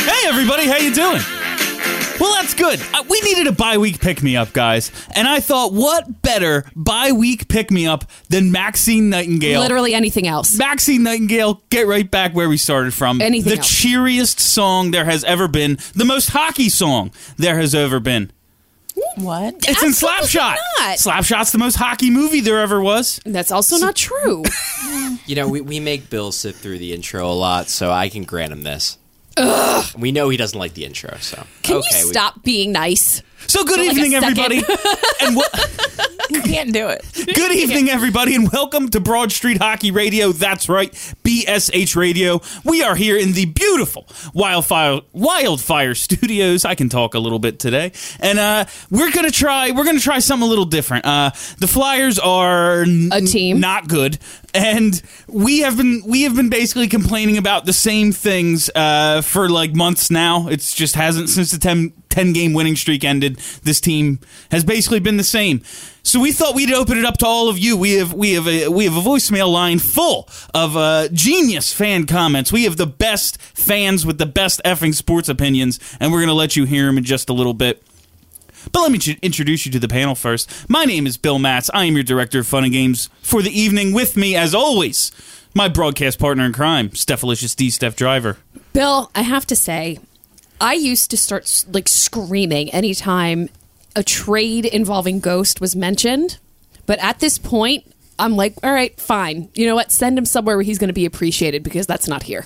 Hey everybody, how you doing? Well, that's good. Uh, We needed a bi-week pick-me-up, guys, and I thought, what better bi-week pick-me-up than Maxine Nightingale? Literally anything else. Maxine Nightingale, get right back where we started from. Anything the else. cheeriest song there has ever been, the most hockey song there has ever been. What? It's in Absolutely Slapshot. not. Slapshot's the most hockey movie there ever was. That's also not true. You know, we, we make Bill sit through the intro a lot, so I can grant him this. We know he doesn't like the intro, so Can okay, you we- stop being nice? So good like a evening, second. everybody, and wel- You can't do it. good evening, everybody, and welcome to Broad Street Hockey Radio. That's right, BSH Radio. We are here in the beautiful wildfire wildfire studios. I can talk a little bit today, and uh, we're gonna try we're gonna try something a little different. Uh, the Flyers are n- A team. not good, and we have been we have been basically complaining about the same things uh, for like months now. It's just hasn't since the 10, 10 game winning streak ended. This team has basically been the same. So we thought we'd open it up to all of you. We have we have a we have a voicemail line full of uh, genius fan comments. We have the best fans with the best effing sports opinions, and we're gonna let you hear them in just a little bit. But let me ju- introduce you to the panel first. My name is Bill Matz. I am your director of fun and games for the evening. With me, as always, my broadcast partner in crime, Stephalicious D. Steph Driver. Bill, I have to say, I used to start like screaming anytime a trade involving Ghost was mentioned. But at this point, I'm like, all right, fine. You know what? Send him somewhere where he's going to be appreciated because that's not here.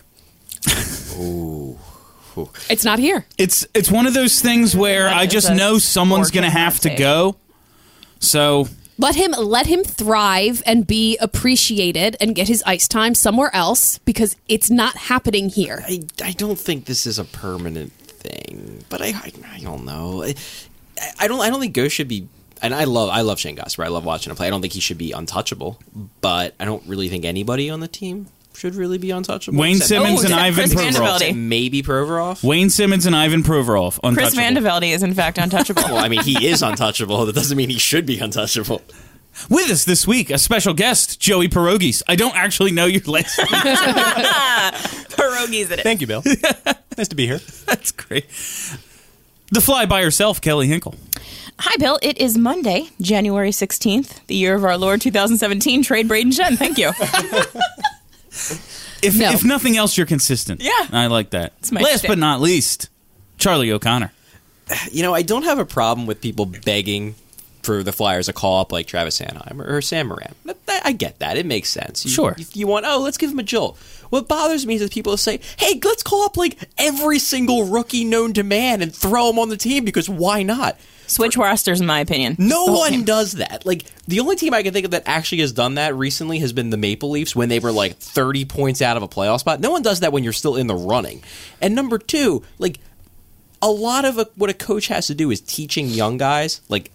It's not here. It's it's one of those things where That I is just a know someone's going to gorgeous have to message. go. So Let him let him thrive and be appreciated and get his ice time somewhere else because it's not happening here. I, I don't think this is a permanent thing, but I I, I don't know. I, I don't I don't think Ghost should be. And I love I love Shane Gosper. I love watching him play. I don't think he should be untouchable, but I don't really think anybody on the team should really be untouchable. Wayne except- Simmons Oh, and except Ivan Chris Provorov. Vanderbilt. except maybe Provorov. Wayne Simmons and Ivan Provorov. Chris untouchable. Vandevelde is in fact untouchable. Well, I mean, he is untouchable. That doesn't mean he should be untouchable. With us this week, a special guest, Joey Pierogies. I don't actually know your last name. Pierogies in it. Thank you, Bill. nice to be here. That's great. The fly by herself, Kelly Hinkle. Hi, Bill. It is Monday, January 16th, the year of our Lord 2017. Trade Braden Shen. Thank you. If, No. if nothing else, you're consistent. Yeah. I like that. my Last shtick. but not least, Charlie O'Connor. you know, I don't have a problem with people begging for the Flyers to call up like Travis Sanheim or, or Sam Moran. That- that- I get that; it makes sense. You, Sure. you, you want oh, let's give him a jolt. What bothers me is that people say, "Hey, let's call up like every single rookie known to man and throw him on the team because why not?" Switch rosters, in my opinion. No The whole one team. does that. Like the only team I can think of that actually has done that recently has been the Maple Leafs when they were like 30 points out of a playoff spot. No one does that when you're still in the running. And number 2, like a lot of a, what a coach has to do is teaching young guys, like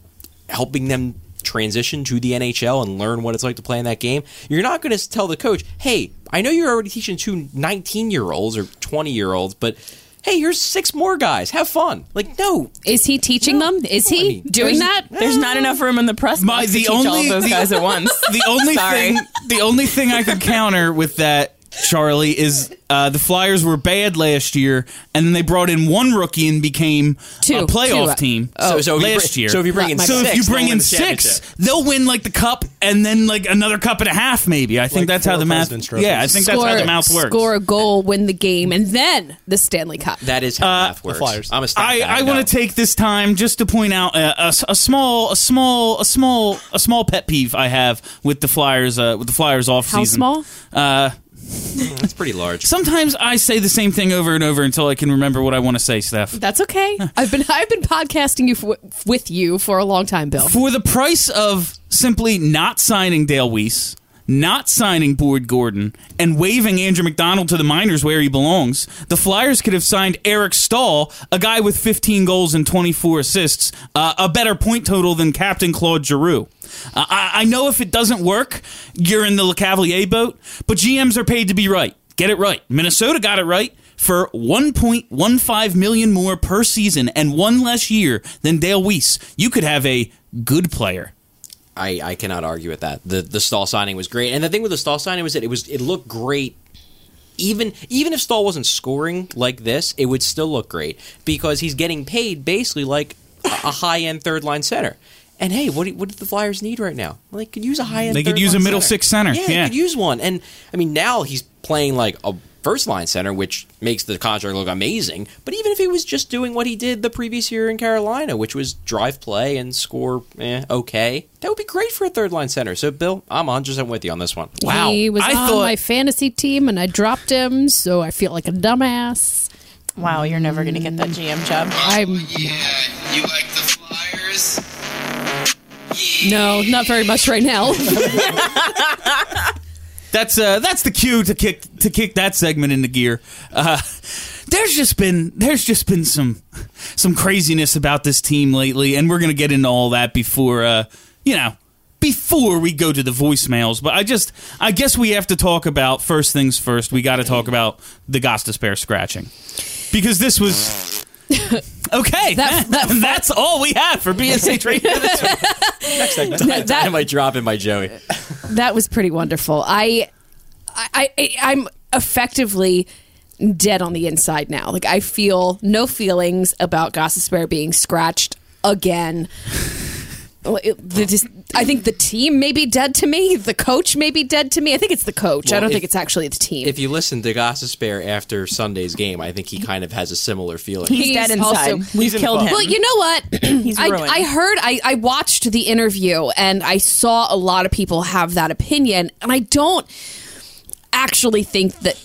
helping them transition to the NHL and learn what it's like to play in that game. You're not going to tell the coach, "Hey, I know you're already teaching two 19-year-olds or 20-year-olds, but hey, here's six more guys. Have fun." Like no, Is he teaching them? Is he doing that? There's not enough room in the press My- box to the teach all only- of those the- guys at once. The only Sorry. thing the only thing I could counter with that Charlie, is uh, the Flyers were bad last year, and then they brought in one rookie and became Two. a playoff Two. team. uh, oh. So, so if you Oh, last bring- year. So if you bring in My So six, if you they'll bring win in the six, championship. they'll win like the cup and then like another cup and a half, maybe. I think Like that's four how the math. President's Trophies. Yeah, I think that's how the math works. Score a goal, win the game, and then the Stanley Cup. that is how math works. Flyers. I'm a stat uh, I, guy, I know. want to take this time just to point out a, a s- a small a small a small a small pet peeve I have with the Flyers uh, with the Flyers off How season. small? It's pretty large. Sometimes I say the same thing over and over until I can remember what I want to say, Steph. That's okay. I've been I've been podcasting you for, with you for a long time, Bill. For the price of simply not signing Dale Weiss, not signing Boyd Gordon, and waving Andrew McDonald to the minors where he belongs, the Flyers could have signed Eric Stahl, a guy with 15 goals and 24 assists, uh, a better point total than Captain Claude Giroux. Uh, I, I know if it doesn't work, you're in the LeCavalier boat, but GMs are paid to be right. Get it right. Minnesota got it right for 1.15 million more per season and one less year than Dale Weiss. You could have a good player. I, I cannot argue with that. The the stall signing was great, and the thing with the stall signing was that it was it looked great. Even even if Stahl wasn't scoring like this, it would still look great because he's getting paid basically like a a high end third line center. And hey, what do, what do the Flyers need right now? Well, they could use a high end. They could use a middle six center, Yeah, yeah. they could use one. And I mean, now he's playing like a first line center, which makes the contract look amazing. But even if he was just doing what he did the previous year in Carolina, which was drive play and score eh, okay, that would be great for a third line center. So, Bill, I'm 100% with you on this one. Wow. He was I on thought- my fantasy team, and I dropped him, so I feel like a dumbass. Wow, you're never going to get that GM job. I'm Oh, Yeah, you like the Flyers? no, not very much right now. That's uh, that's the cue to kick to kick that segment into gear. Uh, there's just been there's just been some some craziness about this team lately, and we're gonna get into all that before uh, you know before we go to the voicemails. But I just I guess we have to talk about first things first. We got to talk about the Gostas Bear scratching because this was. Okay, That- that- that's all we have for BSH Radio. this week. that, I might drop in my Joey. that was pretty wonderful. I, I, I I'm effectively dead on the inside now. Like I feel no feelings about Gossip Bear being scratched again. Well, it- the dis- I think the team may be dead to me. The coach may be dead to me. I think it's the coach. I Well, don't if- think it's actually the team. If you listen to Gossip Bear after Sunday's game, I think he kind of has a similar feeling. He's, dead He's also- inside. We've killed him. Well, you know what? I, ruined. I heard, I, I watched the interview and I saw a lot of people have that opinion. And I don't actually think that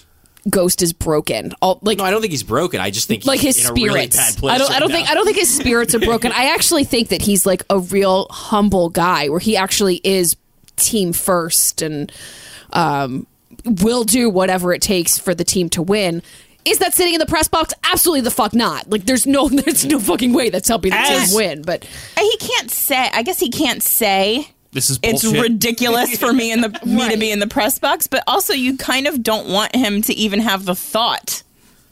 Ghost is broken. All, like, No, I don't think he's broken. I just think like he's his in a really spirits. bad place I don't. I right don't now. think. I don't think his spirits are broken. I actually think that he's like a real humble guy, where he actually is team first and um, will do whatever it takes for the team to win. Is that sitting in the press box? Absolutely the fuck not. Like there's no there's no fucking way that's helping the As- team win. But And Uh, he can't say. I guess he can't say. This is It's bullshit. ridiculous for me in the me to be in the press box, but also you kind of don't want him to even have the thought.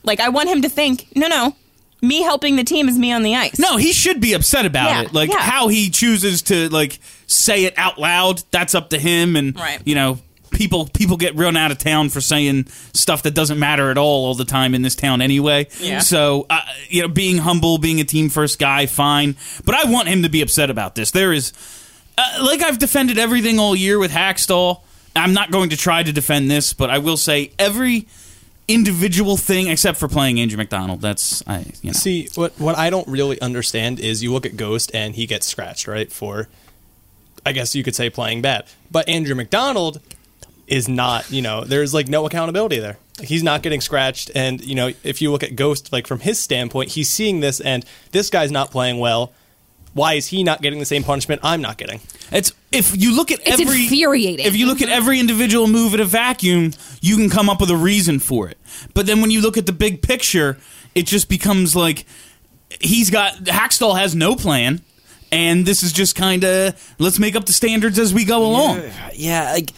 Like I want him to think, no, no, me helping the team is me on the ice. No, he should be upset about Yeah, it. Like yeah. how he chooses to like say it out loud, that's up to him and Right. you know, people people get run out of town for saying stuff that doesn't matter at all all the time in this town anyway. Yeah. So, uh, you know, being humble, being a team first guy, fine, but I want him to be upset about this. There is uh, like I've defended everything all year with Hackstall. I'm not going to try to defend this, but I will say every individual thing except for playing Andrew McDonald. That's I you know. See, what what I don't really understand is you look at Ghost and he gets scratched, right? For I guess you could say playing bad. But Andrew McDonald is not, you know, there's like no accountability there. Like, He's not getting scratched and, you know, if you look at Ghost like from his standpoint, he's seeing this and this guy's not playing well. Why is he not getting the same punishment I'm not getting? It's if you look at It's every infuriating. Mm-hmm. If you look at every individual move in a vacuum, you can come up with a reason for it. But then when you look at the big picture, it just becomes like he's got Hackstall has no plan, and this is just kind of let's make up the standards as we go along. yeah, like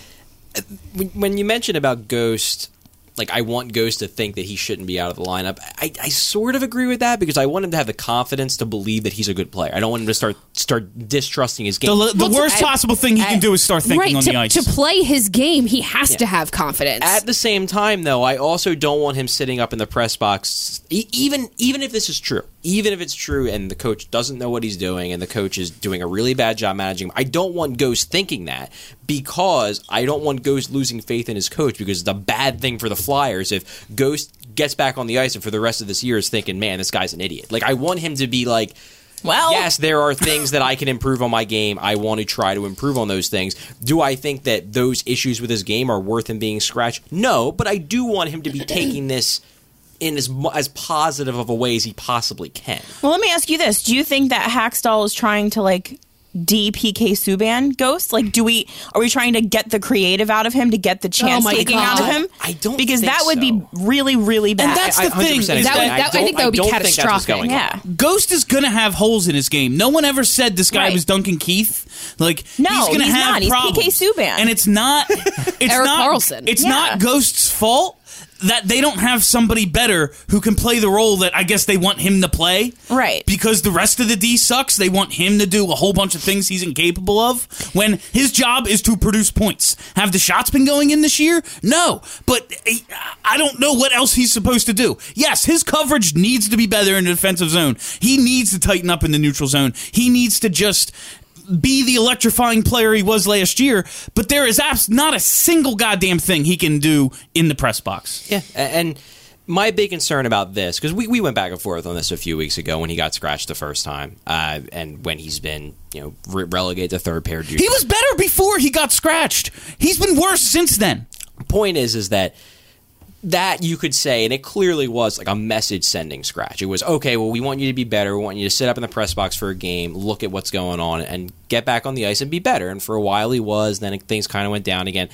uh, when, when you mentioned about Ghost, like I want Ghost to think that he shouldn't be out of the lineup. I, I sort of agree with that because I want him to have the confidence to believe that he's a good player. I don't want him to start start distrusting his game. The, the Well, to- worst I- possible thing he I- can do is start thinking right, on to, the ice. to play his game, he has to have confidence. At the same time, though, I also don't want him sitting up in the press box. E- Even even if this is true, even if it's true, and the coach doesn't know what he's doing, and the coach is doing a really bad job managing him, I don't want Ghost thinking that because I don't want Ghost losing faith in his coach because it's a bad thing for the Flyers if Ghost gets back on the ice and for the rest of this year is thinking, man, this guy's an idiot. Like I want him to be like. Well- yes, there are things that I can improve on my game. I want to try to improve on those things. Do I think that those issues with his game are worth him being scratched? No, but I do want him to be taking this in as mu- as positive of a way as he possibly can. Well, let me ask you this: Do you think that Hackstall is trying to like DPK Subban ghost? Like, do we are we trying to get the creative out of him to get the chance Oh my taking out of God. him? I don't because think that would be so. really, really bad. that's the I 100% thing, is agree. that would- I that- I don't- think that would be don't think that's what's catastrophic. going on. yeah. Ghost is gonna have holes in his game. No one ever said this guy Right. was Duncan Keith. Like No, he's gonna he's have not. He's PK problems. Subban. and it's not. It's Eric not, Carlson. It's Yeah. not Ghost's fault that they don't have somebody better who can play the role that I guess they want him to play. Right. Because the rest of the D sucks. They want him to do a whole bunch of things he's incapable of. When his job is to produce points. Have the shots been going in this year? No. But he- I don't know what else he's supposed to do. Yes, his coverage needs to be better in the defensive zone. He needs to tighten up in the neutral zone. He needs to just be the electrifying player he was last year, but there is abs- not a single goddamn thing he can do in the press box. Yeah, a- and my big concern about this because we, we went back and forth on this a few weeks ago when he got scratched the first time, uh, and when he's been you know re- relegated to third pair. due He was better before he got scratched. He's been worse since then. point is is that that you could say and it clearly was like a message sending scratch it was okay well we want you to be better we want you to sit up in the press box for a game look at what's going on and get back on the ice and be better and for a while he was then things kind of went down again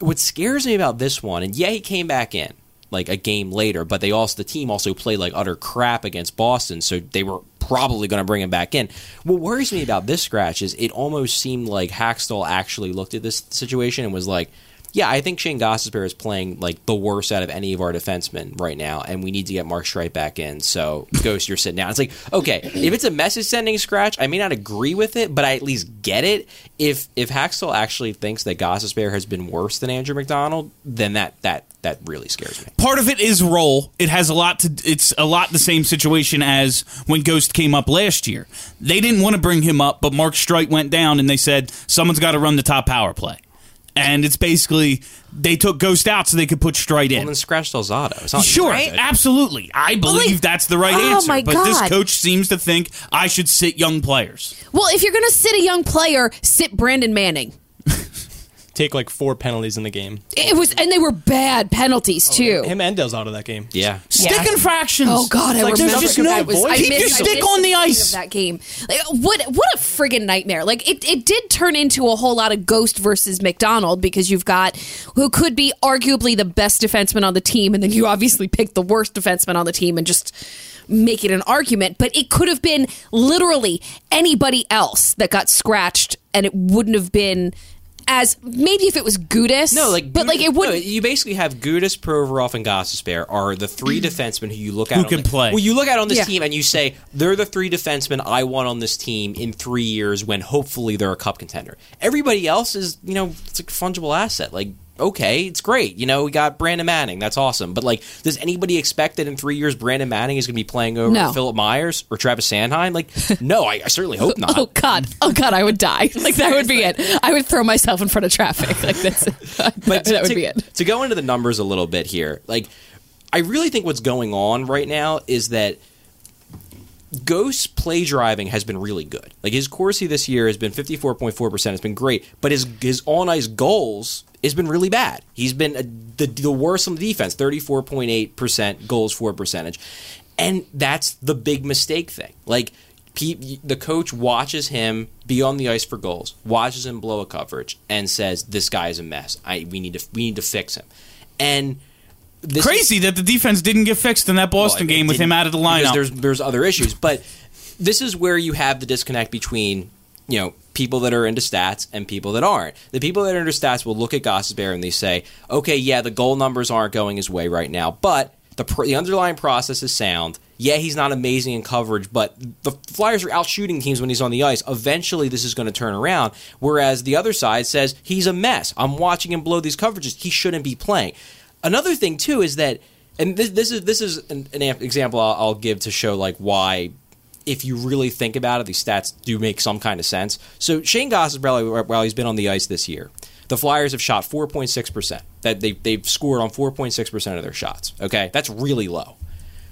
what scares me about this one and yeah he came back in like a game later but they also the team also played like utter crap against boston so they were probably going to bring him back in what worries me about this scratch is it almost seemed like hackstall actually looked at this situation and was like yeah, I think Shane Gossesbear is playing like the worst out of any of our defensemen right now, and we need to get Mark Streit back in. So, Ghost, you're sitting down. It's like, okay, if it's a message sending scratch, I may not agree with it, but I at least get it. If if Haxtell actually thinks that Gossesbear has been worse than Andrew McDonald, then that that that really scares me. Part of it is role. It has a lot to. It's a lot the same situation as when Ghost came up last year. They didn't want to bring him up, but Mark Streit went down, and they said someone's got to run the top power play. And it's basically they took Ghost out so they could put Streit in. And then scratch Delzato. It's not Sure, right? absolutely. I believe that's the right Oh answer. my but this God. coach seems to think I should sit young players. well, if you're going to sit a young player, sit Brandon Manning. Take like four penalties in the game. It was, and they were bad penalties too. Him and Dell's out of that game. Yeah. Stick infractions. Oh God, I Like, remember there's just that no was- voice. I Keep missed- your I stick missed on the beginning ice. of that game. Like, what what a friggin' nightmare! Like it, it did turn into a whole lot of Ghost versus McDonald because you've got who could be arguably the best defenseman on the team, and then you obviously picked the worst defenseman on the team and just make it an argument. But it could have been literally anybody else that got scratched, and it wouldn't have been. As maybe if it was Gudis, No, like but like Gudis- it would. no, you basically have Gudis, Provorov, and Gossesbear are the three defensemen who you look at Who on can the- play. Well, you look at on this Mm. Yeah. team and you say they're the three defensemen I want on this team in three years when hopefully they're a cup contender. Everybody else is you know it's a fungible asset. Like okay, it's great. You know we got Brandon Manning, that's awesome. But like, does anybody expect that in three years Brandon Manning is going to be playing over No. Philip Myers or Travis Sandheim? Like, no, I, I certainly hope not. Oh God! Oh God! I would die. Like that would be it. I would throw myself in front of traffic. Like that's but to, that would to- be it. to go into the numbers a little bit here, like I really think what's going on right now is that Ghost's play driving has been really good. Like his Corsi this year has been 54.4%. It's been great, but his his on ice goals has been really bad. He's been uh the the worst on the defense, 34.8% goals for percentage. And that's the big mistake thing. Like pe- the coach watches him be on the ice for goals, watches him blow a coverage and says this guy is a mess. I we need to we need to fix him. And this Crazy that the defense didn't get fixed in that Boston well, it game with him didn't- out of the because lineup. There's there's other issues, but this is where you have the disconnect between you know people that are into stats and people that aren't. The people that are into stats will look at Gossespierre and they say, okay, yeah, the goal numbers aren't going his way right now, but the, pr- the underlying process is sound. Yeah, he's not amazing in coverage, but the Flyers are out shooting teams when he's on the ice. Eventually, this is going to turn around. Whereas the other side says he's a mess. I'm watching him blow these coverages. He shouldn't be playing. Another thing too is that, and this, this is this is an, an am- example I'll, I'll give to show like why if you really think about it, these stats do make some kind of sense. So Shane Goss, while he's been on the ice this year, the Flyers have shot 4.6%. That they, they've scored on 4.6% of their shots. Okay, that's really low.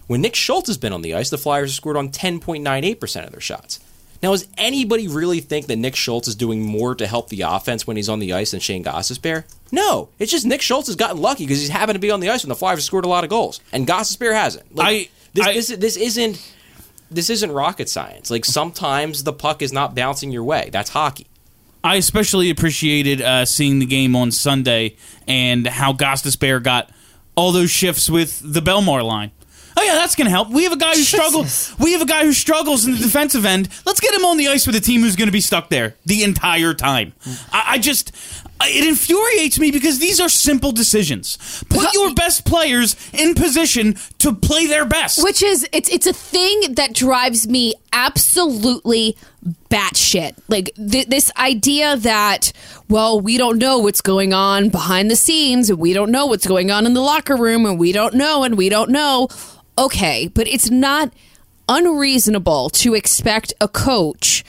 When Nick Schultz has been on the ice, the Flyers have scored on 10.98% of their shots. Now, does anybody really think that Nick Schultz is doing more to help the offense when he's on the ice than Shane Goss is Bear? No. It's just Nick Schultz has gotten lucky because he's happened to be on the ice when the Flyers have scored a lot of goals, and Goss Bear hasn't. Like, I- this, I- this, this isn't this isn't rocket science. Like sometimes the puck is not bouncing your way. That's hockey. I especially appreciated uh, seeing the game on Sunday and how Goss Despair got all those shifts with the Belmar line. Oh yeah, that's gonna help. We have a guy who struggles. We have a guy who struggles in the defensive end. Let's get him on the ice with a team who's gonna be stuck there the entire time. I, I just, I- it infuriates me because these are simple decisions. Put your best players in position to play their best. Which is it's it's a thing that drives me absolutely batshit. Like th- this idea that well, we don't know what's going on behind the scenes, and we don't know what's going on in the locker room, and we don't know, and we don't know. Okay, but it's not unreasonable to expect a coach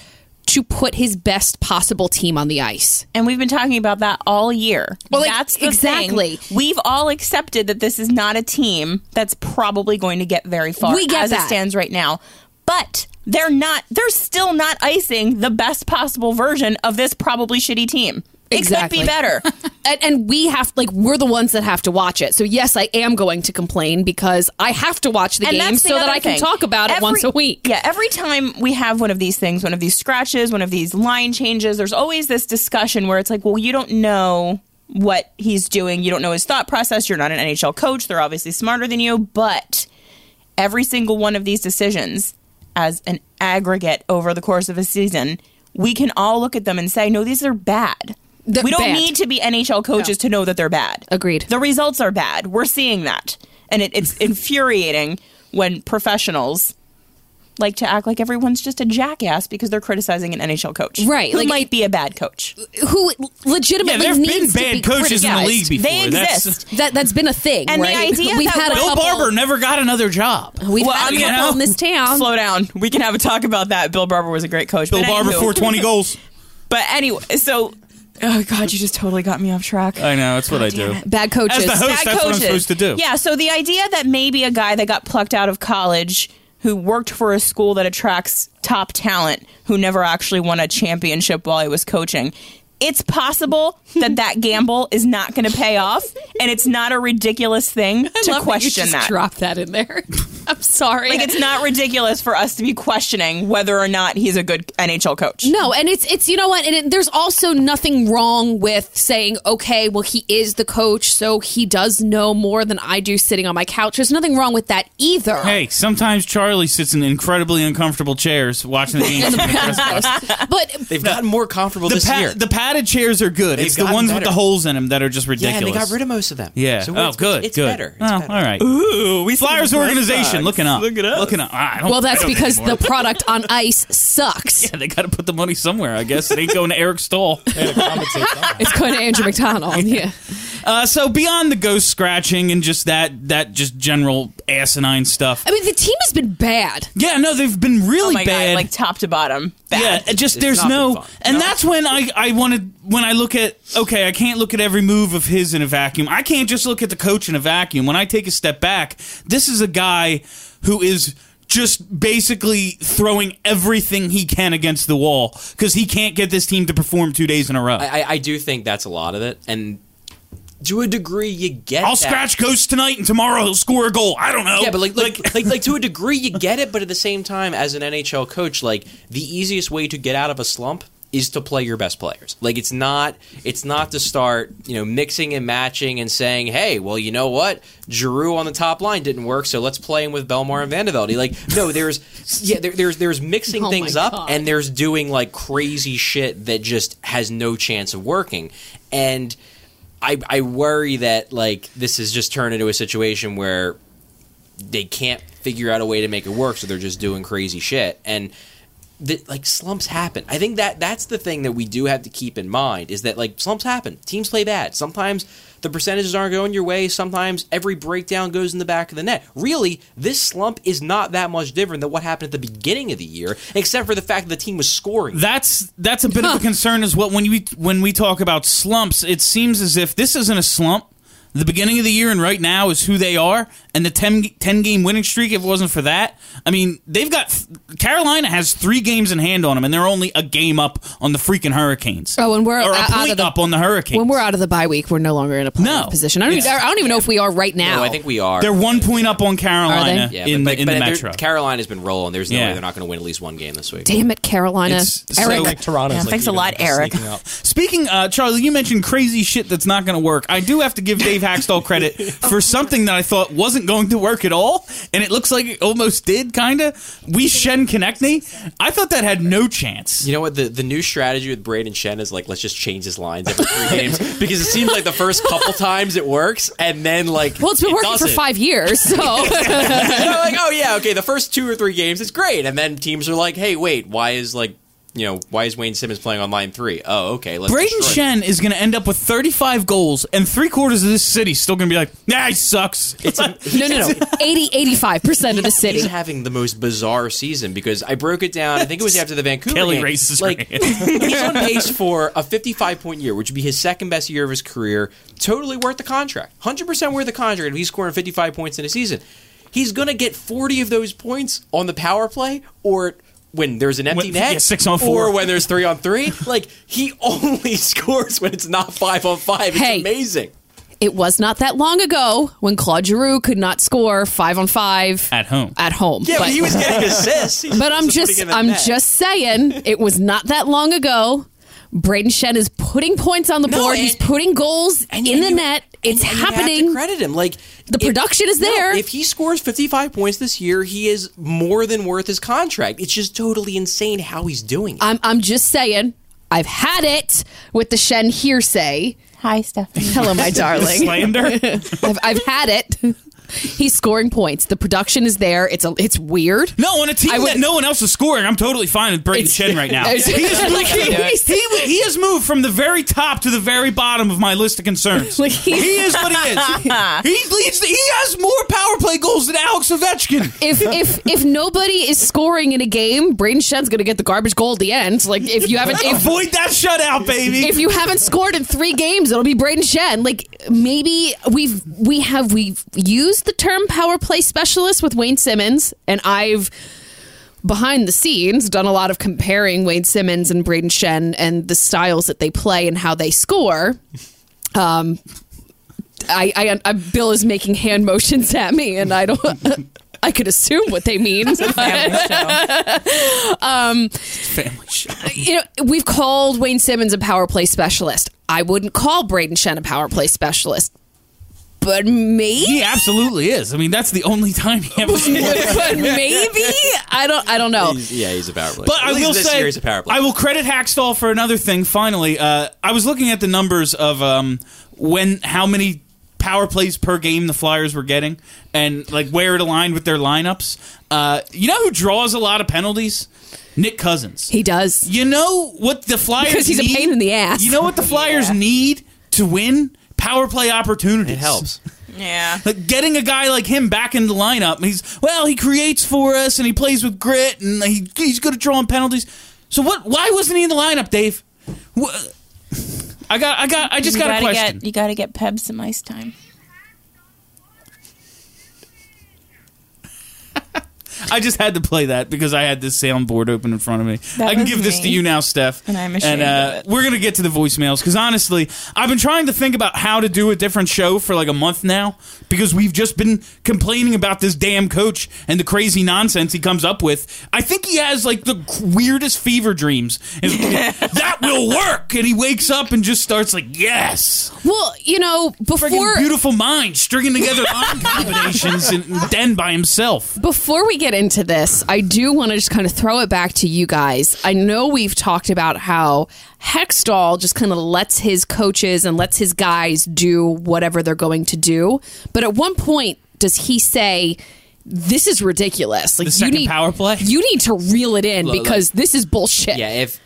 to put his best possible team on the ice. And we've been talking about that all year. Well, like, that's the exactly. thing. We've all accepted that this is not a team that's probably going to get very far We get as that. it stands right now. But they're not they're still not icing the best possible version of this probably shitty team. It could Exactly. be better. and, and we have like we're the ones that have to watch it. So yes, I am going to complain because I have to watch the and game that's the so that other I can thing. talk about it Every- once a week. Yeah, every time we have one of these things, one of these scratches, one of these line changes, there's always this discussion where it's like, well, you don't know what he's doing. You don't know his thought process. You're not an NHL coach. They're obviously smarter than you, but every single one of these decisions as an aggregate over the course of a season, we can all look at them and say, no, these are bad. They're we don't bad. need to be NHL coaches to know that they're bad. Agreed. The results are bad. We're seeing that. And it, it's infuriating when professionals like to act like everyone's just a jackass because they're criticizing an NHL coach. Right, Who like- might be a bad coach. Who yeah, legitimately there have been needs to be bad coaches in the criticized. league before. They That's- exist. That that's been a thing, And the right? idea We've that had a Bill couple, Barber never got another job. We've Well, had a you couple know, in this town. Slow down. We can have a talk about that. Bill Barber was a great coach. Bill But Barber, anywho. four twenty goals. But anyway, so oh god, you just totally got me off track. I know that's what I do. Bad coaches. As the host, that's what I'm supposed to do. Yeah, so the idea that maybe a guy that got plucked out of college who worked for a school that attracts top talent who never actually won a championship while he was coaching. It's possible that that gamble is not going to pay off, and it's not a ridiculous thing to I love that you question just that. Drop that in there. I'm sorry. Like, it's not ridiculous for us to be questioning whether or not he's a good NHL coach. No, and it's it's you know what, and it, there's also nothing wrong with saying okay, well he is the coach, so he does know more than I do sitting on my couch. There's nothing wrong with that either. Hey, sometimes Charlie sits in incredibly uncomfortable chairs watching the games. But They've gotten more comfortable the, this pa- year. the padded chairs are good. They've it's the gotten ones with better. the holes in them that are just yeah, ridiculous. and they got rid of most of them. Yeah. So oh, it's, good. It's good. better. It's oh, better. all right. Ooh, we Flyers organization looking up. Look it up. Looking up. Ah, I don't- well, that's I don't because anymore. the product on ice sucks. Yeah, they got to put the money somewhere. I guess it ain't going to Eric Stoll. It's going to Andrew McDonald. Yeah. Uh, so beyond the ghost scratching and just that that just general asinine stuff. Oh. I mean, the team has been bad. Yeah, no, they've been Oh really my bad. god, like top to bottom. Bad. Yeah, it just It's there's not been no, fun. and that's when I I wanted when I look at okay, I can't look at every move of his in a vacuum. I can't just look at the coach in a vacuum. When I take a step back, this is a guy who is just basically throwing everything he can against the wall because he can't get this team to perform two days in a row. I, I- I do think that's a lot of it, and to a degree, you get. I'll that. scratch Ghost tonight, and tomorrow he'll score a goal. I don't know. Yeah, but like like, like like to a degree, you get it. But at the same time, as an NHL coach, like the easiest way to get out of a slump is to play your best players. Like it's not it's not to start, you know, mixing and matching and saying, "Hey, well, you know what? Giroux on the top line didn't work, so let's play him with Belmar and Vandevelde." Like no, there's yeah, there, there's there's mixing Oh my things up God. and there's doing like crazy shit that just has no chance of working. And I I worry that like this has just turned into a situation where they can't figure out a way to make it work, so they're just doing crazy shit. And that like slumps happen. I think that that's the thing that we do have to keep in mind is that like slumps happen. Teams play bad. Sometimes the percentages aren't going your way. Sometimes every breakdown goes in the back of the net. Really, this slump is not that much different than what happened at the beginning of the year, except for the fact that the team was scoring. That's that's a bit of a concern as well. When you when we talk about slumps, it seems as if this isn't a slump. The beginning of the year and right now is who they are, and the 10, g- 10 game winning streak. If it wasn't for that, I mean, they've got th- Carolina has three games in hand on them, and they're only a game up on the freaking Hurricanes. Oh, and we're or a out- out point of the- up on the Hurricanes. When we're out of the bye week, we're no longer in a playoff No. position. I don't, even, I don't even know if we are right now. No, I think we are. they're one point up on Carolina yeah, in but, the in the but they're- metro. Carolina's been rolling. There's no Yeah. way they're not going to win at least one game this week. Damn it, Carolina. It's- so- Eric, like Toronto's Yeah, like, thanks a even lot, just Eric. sneaking up. Speaking, uh, Charlie, you mentioned crazy shit that's not going to work. I do have to give Dave Haxtell credit for something that I thought wasn't going to work at all, and it looks like it almost did, kind of. We Shen Konechny, I thought that had no chance. You know what? The the new strategy with Braden Shen is like, let's just change his lines every three games because it seems like the first couple times it works, and then like well, it's been it working for doesn't. five years, so And I'm like, oh yeah, okay. The first two or three games is great, and then teams are like, hey, wait, why is like, you know, why is Wayne Simmons playing on line three? Oh, okay. Let's Braden destroy him. Shen is going to end up with 35 goals, and three quarters of this city's still going to be like, nah, he sucks. It's no, no, no. 80, 85% of the city. He's having the most bizarre season because I broke it down. I think it was after the Vancouver Kelly game. racist. Like he's on pace for a 55 point year, which would be his second best year of his career. Totally worth the contract. 100 percent worth the contract. If he's scoring 55 points in a season, he's gonna get 40 of those points on the power play or. When there's an empty When- net, yeah, six on four. or when there's three on three, like he only scores when it's not five on five. It's Hey. amazing. It was not that long ago when Claude Giroux could not score five on five At home. At home, Yeah, but, he was getting assists. He's But I'm also putting just in the I'm net. just saying it was not that long ago. Braden Shen is putting points on the No, board. and- He's putting goals and- in and the you- net. It's and you have to happening. credit him. Like The production is no, there. if he scores 55 points this year, he is more than worth his contract. It's just totally insane how he's doing it. I'm I'm just saying. I've had it with the Shen hearsay. Hi, Stephanie. Hello, my darling. Slander. I've, I've had it. He's scoring points. The production is there. It's a, it's weird. No, on a team I would- that no one else is scoring, I'm totally fine with Braden It's- Shen right now. I was- he, has moved, I know. he- he has moved from the very top to the very bottom of my list of concerns. Like, he, he- is what he is. he leads. The, he has more power play goals than Alex Ovechkin. If if if nobody is scoring in a game, Braden Shen's going to get the garbage goal at the end. Like if you haven't if Avoid that shutout, baby. if you haven't scored in three games, it'll be Braden Shen. Like maybe we've we have we've used the term power play specialist with Wayne Simmons, and I've behind the scenes done a lot of comparing Wayne Simmons and Braden Shen and the styles that they play and how they score. Um, I, I, I Bill is making hand motions at me, and I don't. I could assume what they mean. Family show. you know, we've called Wayne Simmons a power play specialist. I wouldn't call Braden Shen a power play specialist, but maybe, He absolutely is. I mean, that's the only time he ever. but maybe I don't. I don't know. He's- yeah, he's a power play. But At I least will this say, year he's a power play. I will credit Hackstall for another thing. Finally, uh, I was looking at the numbers of um, when how many power plays per game the Flyers were getting, and like where it aligned with their lineups. Uh, you know who draws a lot of penalties? Nick Cousins. He does. You know what the Flyers Because he's a need? pain in the ass. You know what the Flyers need to win power play opportunities. It helps. Yeah. Like getting a guy like him back in the lineup. He's well, he creates for us and he plays with grit and he, he's good at drawing penalties. So what? Why wasn't he in the lineup, Dave? Wha- I got, I got, I just you got a gotta question. get you gotta get Pebs some ice time. I just had to play that because I had this soundboard open in front of me. That I can was give this me. to you now, Steph. And I'm ashamed uh, of it. We're gonna get to the voicemails because honestly, I've been trying to think about how to do a different show for like a month now because we've just been complaining about this damn coach and the crazy nonsense he comes up with. I think he has like the weirdest fever dreams. And that will work, and he wakes up and just starts like, "Yes." Well, you know, before Friggin' beautiful mind stringing together line combinations and then by himself. Before we get into this, I do want to just kind of throw it back to you guys. I know we've talked about how Hextall just kind of lets his coaches and lets his guys do whatever they're going to do. But at one point, does he say, this is ridiculous. Like The second you need power play? You need to reel it in Look, because this is bullshit. yeah, if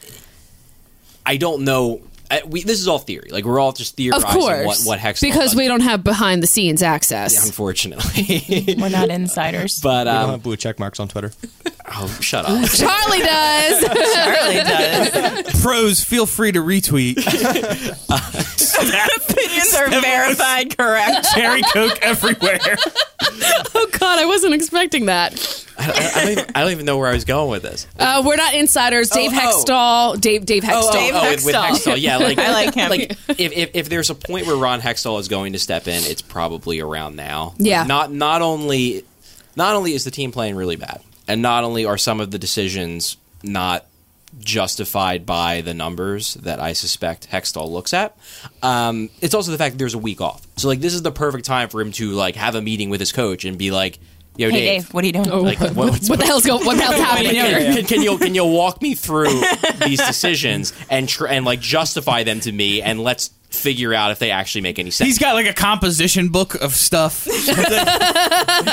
I don't know, I, we, this is all theory. Like we're all just of theorizing course. what what Hextall because does, we don't have behind the scenes access. unfortunately. We're not insiders. but I don't um, have blue check marks on Twitter. oh, shut up. Charlie does. Charlie does. Pros, feel free to retweet. Opinions are verified correct. Terry Coke everywhere. oh God, I wasn't expecting that. I don't, I don't even, I don't even know where I was going with this. Uh, we're not insiders. Dave oh. Hextall. Dave Dave Hextall. Dave with, with Hextall. Hextall, yeah, like I like him. Like if, if if there's a point where Ron Hextall is going to step in, it's probably around now. Yeah. Not not only not only is the team playing really bad, and not only are some of the decisions not justified by the numbers that I suspect Hextall looks at. Um, it's also the fact that there's a week off. So like this is the perfect time for him to like have a meeting with his coach and be like, Yo, Hey Dave, what are you doing? like what, what's what the hell's going? What the hell's happening Like, here? can, can- can you can you walk me through these decisions and tr- and like justify them to me and let's figure out if they actually make any sense. He's got like a composition book of stuff.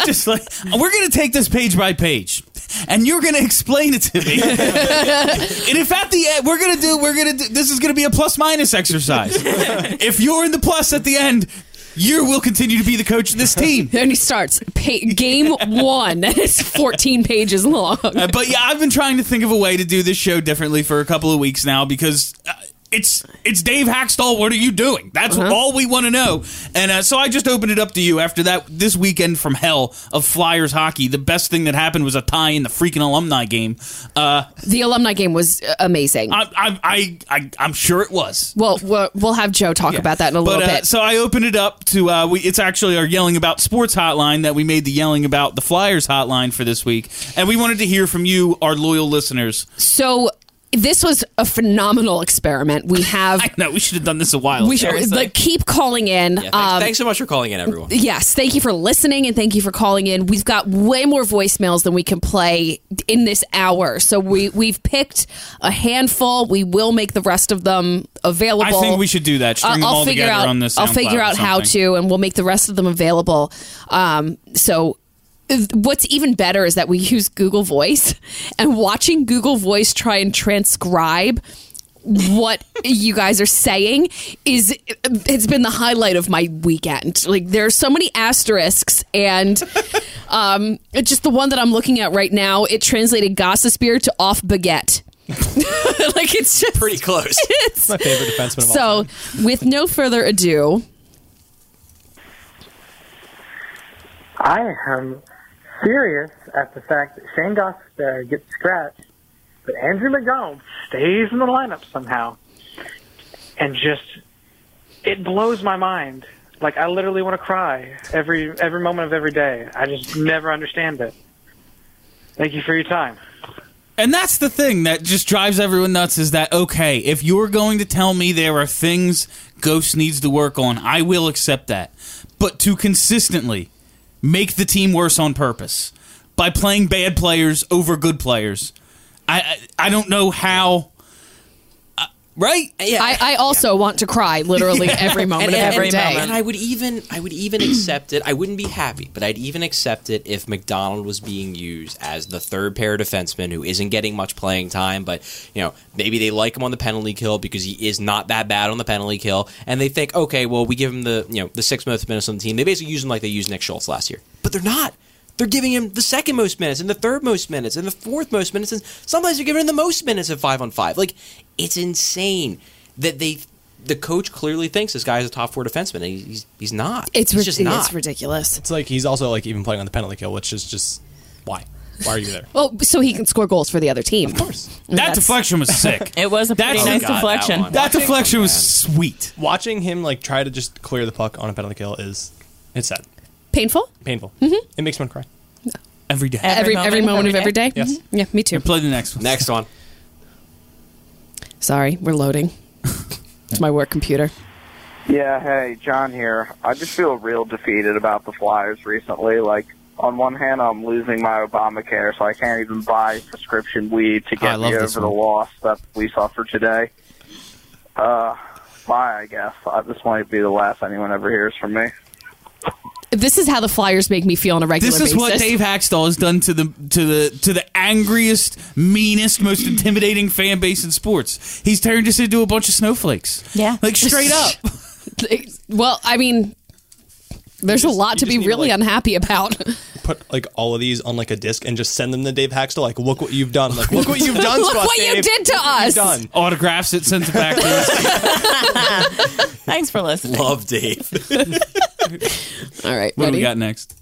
Just like we're gonna take this page by page, and you're gonna explain it to me. and if at the end we're gonna do, we're gonna do, this is gonna be a plus minus exercise. if you're in the plus at the end, you will continue to be the coach of this team. And he starts pa- game one. and It's fourteen pages long. Uh, but yeah, I've been trying to think of a way to do this show differently for a couple of weeks now because uh, it's it's Dave Hackstall. What are you doing? That's Uh-huh. all we want to know. And uh, so I just opened it up to you after that this weekend from hell of Flyers hockey. The best thing that happened was a tie in the freaking alumni game. Uh, The alumni game was uh, amazing. I, I, I, I I'm sure it was. well, we'll we'll have Joe talk about that in a little but, uh, bit. So I opened it up to uh, we. It's actually our yelling about sports hotline that we made the yelling about the Flyers hotline for this week, and we wanted to hear from you, our loyal listeners. so this was a phenomenal experiment. We have No, we should have done this a while. we ago. should like keep calling in. Yeah, thanks, um, thanks so much for calling in, everyone. Yes, thank you for listening and thank you for calling in. We've got way more voicemails than we can play in this hour. So we we've picked a handful. We will make the rest of them available. I think we should do that. String I'll, them Uh, I'll all figure together out. on this. I'll figure out how to, and we'll make the rest of them available. Um, so. if- What's even better is that we use Google Voice and watching Google Voice try and transcribe what you guys are saying is it's been the highlight of my weekend. Like there are so many asterisks and um just the one that I'm looking at right now, it translated gossip to off baguette. like it's just Pretty close. It's my favorite defenseman of all time. so, with no further ado, I am furious at the fact that Shane Gossberry gets scratched, but Andrew McDonald stays in the lineup somehow. And just it blows my mind. Like I literally want to cry every every moment of every day. I just never understand it. Thank you for your time. And that's the thing that just drives everyone nuts is that okay, if you're going to tell me there are things Ghost needs to work on, I will accept that. But to consistently make the team worse on purpose by playing bad players over good players, I I, I don't know how. I- right? yeah. I, I also want to cry literally every moment of every every day. moment. And I would even I would even accept it. I wouldn't be happy, but I'd even accept it if McDonald was being used as the third pair defenseman who isn't getting much playing time, but you know, maybe they like him on the penalty kill because he is not that bad on the penalty kill, and they think, okay, well we give him the you know, the sixth most minutes on the team. They basically use him like they used Nick Schultz last year. But they're not. They're giving him the second most minutes and the third most minutes and the fourth most minutes and sometimes they're giving him the most minutes at five on five. Like, it's insane that they the coach clearly thinks this guy is a top four defenseman, and he's he's not. It's, he's rid- just it's not. ridiculous. It's like he's also like even playing on the penalty kill, which is just why. Why are you there? Well, so he can score goals for the other team. Of course. That deflection was sick. It was a pretty That's- nice God, Oh, that deflection. one. that deflection was sweet. Watching him like try to just clear the puck on a penalty kill is it's sad, Painful? painful. Mm-hmm. It makes one cry. Every day. Every, every moment, of every day? Yes. Mhm. Yeah, me too. Play the next one. Next one. Sorry, we're loading. it's my work computer. Yeah, hey, John here. I just feel real defeated about the Flyers recently. Like, on one hand, I'm losing my Obamacare, so I can't even buy prescription weed to I get love me over this the one. loss that we suffered today. Uh, bye, I guess. Uh, this might be the last anyone ever hears from me. This is how the Flyers make me feel on a regular This is basis. what Dave Hackstall has done to the to the to the angriest, meanest, most intimidating fan base in sports. He's turned us into a bunch of snowflakes. Yeah. like straight up. Well, I mean, there's a lot you to just be need to, really like- unhappy about. Put like all of these on like a disc and just send them to Dave Haxtell. Like, look what you've done. Like, look what you've done. Look to us, what you Dave. did to Look what you've us. done. Autographs it, sends it back to us. Thanks for listening. Love Dave. All right, What do ready? we got next?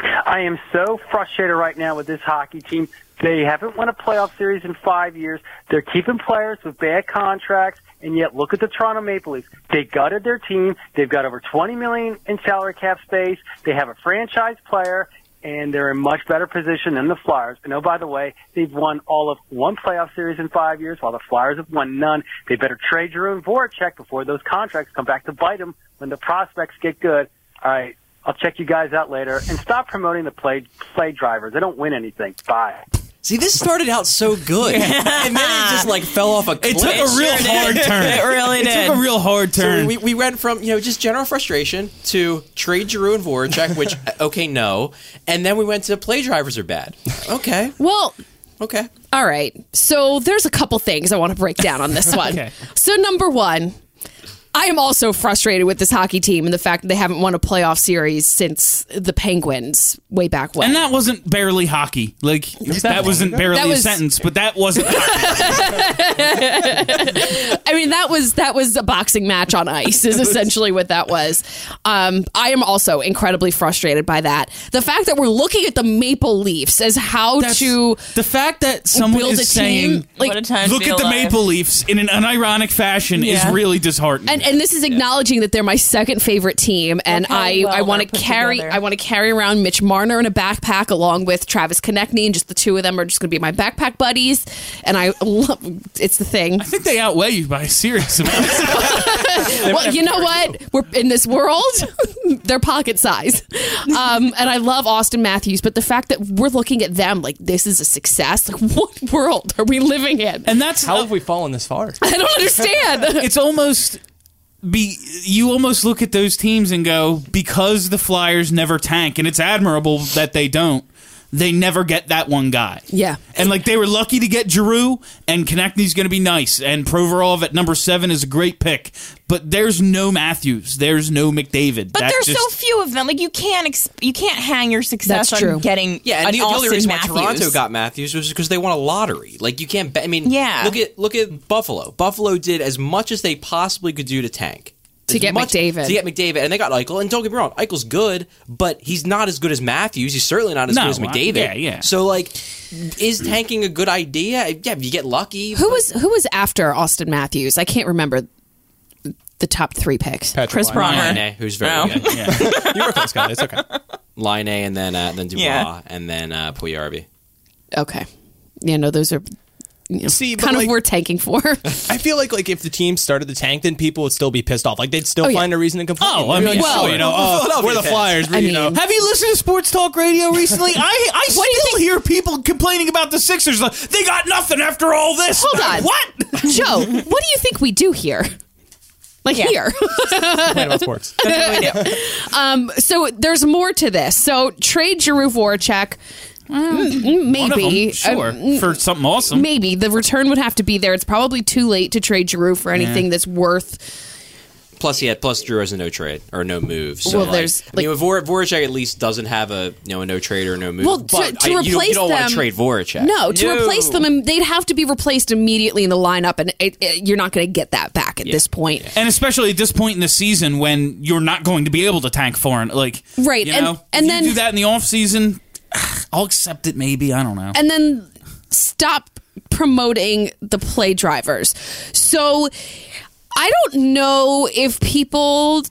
I am so frustrated right now with this hockey team. They haven't won a playoff series in five years. They're keeping players with bad contracts, and yet look at the Toronto Maple Leafs. They gutted their team. They've got over 20 million in salary cap space. They have a franchise player, and they're in much better position than the Flyers. And oh, by the way, they've won all of one playoff series in five years, while the Flyers have won none. They better trade Drew and Voracek before those contracts come back to bite them when the prospects get good. All right. I'll check you guys out later. And stop promoting the play play drivers. They don't win anything. Bye. See, this started out so good, and then it just like fell off a cliff. It took a real hard turn. It really It did. took a real hard turn. So we, we went from you know just general frustration to trade Giroux and Voracek, which okay no, and then we went to play drivers are bad. Okay, Well, okay. all right. So there's a couple things I want to break down on this one. Okay. So number one, I am also frustrated with this hockey team and the fact that they haven't won a playoff series since the Penguins way back when. and that wasn't barely hockey. Like that wasn't barely That was- a sentence, but that wasn't. hockey. I mean, that was that was a boxing match on ice is essentially what that was. Um, I am also incredibly frustrated by that. The fact that we're looking at the Maple Leafs as how That's- to the fact that someone build a is team saying like what a time to look be at the alive. Maple Leafs in an unironic fashion Yeah. is really disheartening. and, and this is acknowledging that they're my second favorite team, and Look how I, well I want they're to put carry together. I want to carry around Mitch Marner in a backpack along with Travis Konechny, and just the two of them are just going to be my backpack buddies. And I love it's the thing. I think they outweigh you by a serious amount. well, you know what? We're in this world; they're pocket size, um, and I love Austin Matthews. But the fact that we're looking at them like this is a success, like what world are we living in? and that's How have we fallen this far? I don't understand. it's almost be you almost look at those teams and go because the Flyers never tank and it's admirable that they don't. They never get that one guy. Yeah. and like they were lucky to get Giroux and Konechny's going to be nice and Provorov at number seven is a great pick, but there's no Matthews, there's no McDavid. But there's so few of them. Like you can't ex- you can't hang your success That's on true. getting Yeah, and an the, the only Austin reason Matthews. why Toronto got Matthews was because they won a lottery. Like you can't. bet I mean, Yeah. Look at look at Buffalo. Buffalo did as much as they possibly could do to tank To As get much- McDavid. To get McDavid, and they got Eichel. And don't get me wrong, Eichel's good, but he's not as good as Matthews. He's certainly not as No, good as I- McDavid. yeah, yeah. So like, is tanking a good idea? Yeah, if you get lucky. who was who was after Austin Matthews? I can't remember the top three picks. Chris Pronger. Line who's very Oh. good. You were close, guy. It's okay. Line and then uh, then Dubois Yeah. and then uh, Puyarvi. Okay, yeah, no, those are you know, See, but kind of like- we're tanking for. I feel like like if the team started the tank, then people would still be pissed off. Like they'd still Oh, yeah. find a reason to complain. Oh, I They'd be mean, uh, like, well, oh, you know, Philadelphia oh, we're the fans. Flyers. We, I you know, mean- Have you listened to Sports Talk Radio recently? I I still hear people complaining about the Sixers. Like, they got nothing after all this. Hold on. What? Joe, what do you think we do here? Like Yeah. here. complain about sports. so there's more to this. So trade Giroux Voracek. Mm, mm, One of them, maybe sure, Um, for something awesome. maybe the return would have to be there. It's probably too late to trade Giroux for anything that's worth. Plus, yeah, plus Drew has a no trade or no move. So Well, like, there's, I mean, with Vor- Voracek at least doesn't have a you know a no trade or no move. Well, to- but to I- you don't, replace you don't want them- to trade Voracek. No, to No. replace them, and they'd have to be replaced immediately in the lineup, and it, it, you're not going to get that back at this point, and especially at this point in the season when you're not going to be able to tank foreign, like Right, you and- know, and if then- you do that in the off season. I'll accept it. Maybe I don't know. and then stop promoting the play drivers. So I don't know if people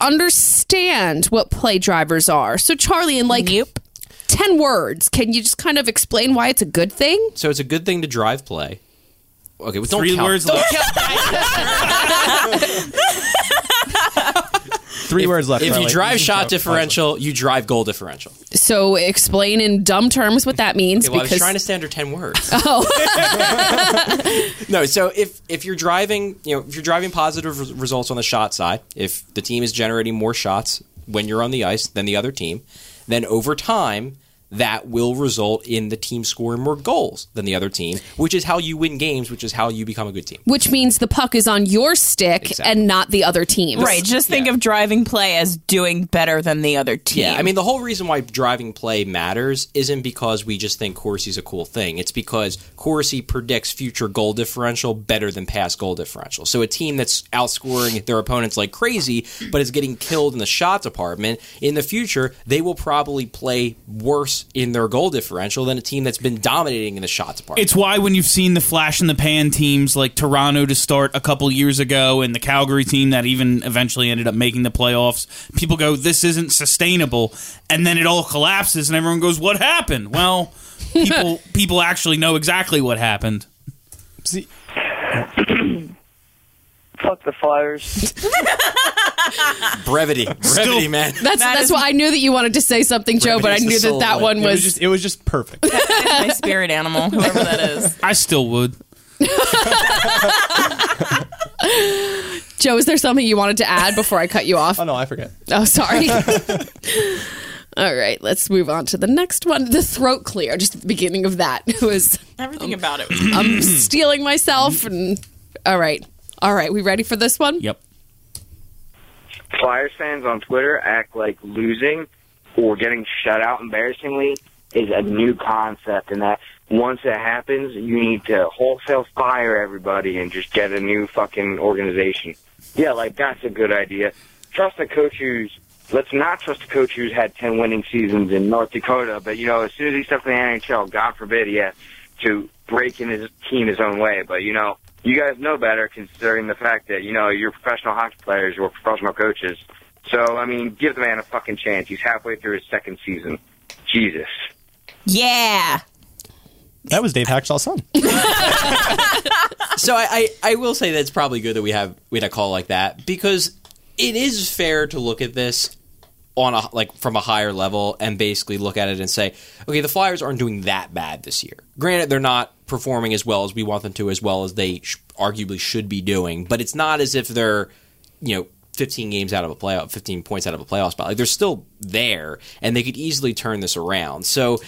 understand what play drivers are. So Charlie, in like Nope. 10 words, can you just kind of explain why it's a good thing? So it's a good thing to drive play. Okay, well, don't Three count. words Don't left. Three words left. If you Riley. drive can shot count. differential, you drive goal differential. So explain in dumb terms what that means Okay, well, I was because trying to stand under ten words. Oh, no, so if if you're driving, you know, if you're driving positive res- results on the shot side, if the team is generating more shots when you're on the ice than the other team, then over time that will result in the team scoring more goals than the other team, which is how you win games, which is how you become a good team. which means the puck is on your stick Exactly. and not the other team's. Right. Just think of driving play as doing better than the other team. Yeah, I mean the whole reason why driving play matters isn't because we just think Corsi's a cool thing. It's because Corsi predicts future goal differential better than past goal differential. So a team that's outscoring their opponents like crazy, but is getting killed in the shot department, in the future they will probably play worse in their goal differential than a team that's been dominating in the shot department. It's why when you've seen the flash in the pan teams like Toronto to start a couple years ago and the Calgary team that even eventually ended up making the playoffs, people go, this isn't sustainable. And then it all collapses and everyone goes, what happened? Well, people, people actually know exactly what happened. See, Fuck the Flyers. brevity, brevity, Still- man. That That's that's is- why I knew that you wanted to say something, Joe. But I Remedy's the knew that soul that of one it was was. just it was just perfect. my spirit animal, whoever that is. I still would. Joe, is there something you wanted to add before I cut you off? oh no, I forget. Oh, sorry. All right, let's move on to the next one. The throat clear, just at the beginning of that was Everything about it. I'm stealing myself and all right. All right, we ready for this one? Yep. Flyers fans on Twitter act like losing or getting shut out embarrassingly is a new concept, and that once it happens, you need to wholesale fire everybody and just get a new fucking organization. Yeah, like that's a good idea. Trust a coach who's. Let's not trust a coach who's had ten winning seasons in North Dakota, but you know, as soon as he steps in the NHL, God forbid he has to break in his team his own way. But you know, you guys know better considering the fact that you know you're professional hockey players, you're professional coaches. So I mean, give the man a fucking chance. He's halfway through his second season. Jesus. Yeah. That was Dave Hackshaw's son. so I, I, I will say that it's probably good that we have we had a call like that because it is fair to look at this on a like from a higher level and basically look at it and say, okay, the Flyers aren't doing that bad this year. Granted, they're not performing as well as we want them to, as well as they sh- arguably should be doing, but it's not as if they're you know. 15 games out of a playoff, 15 points out of a playoff spot. Like they're still there and they could easily turn this around. So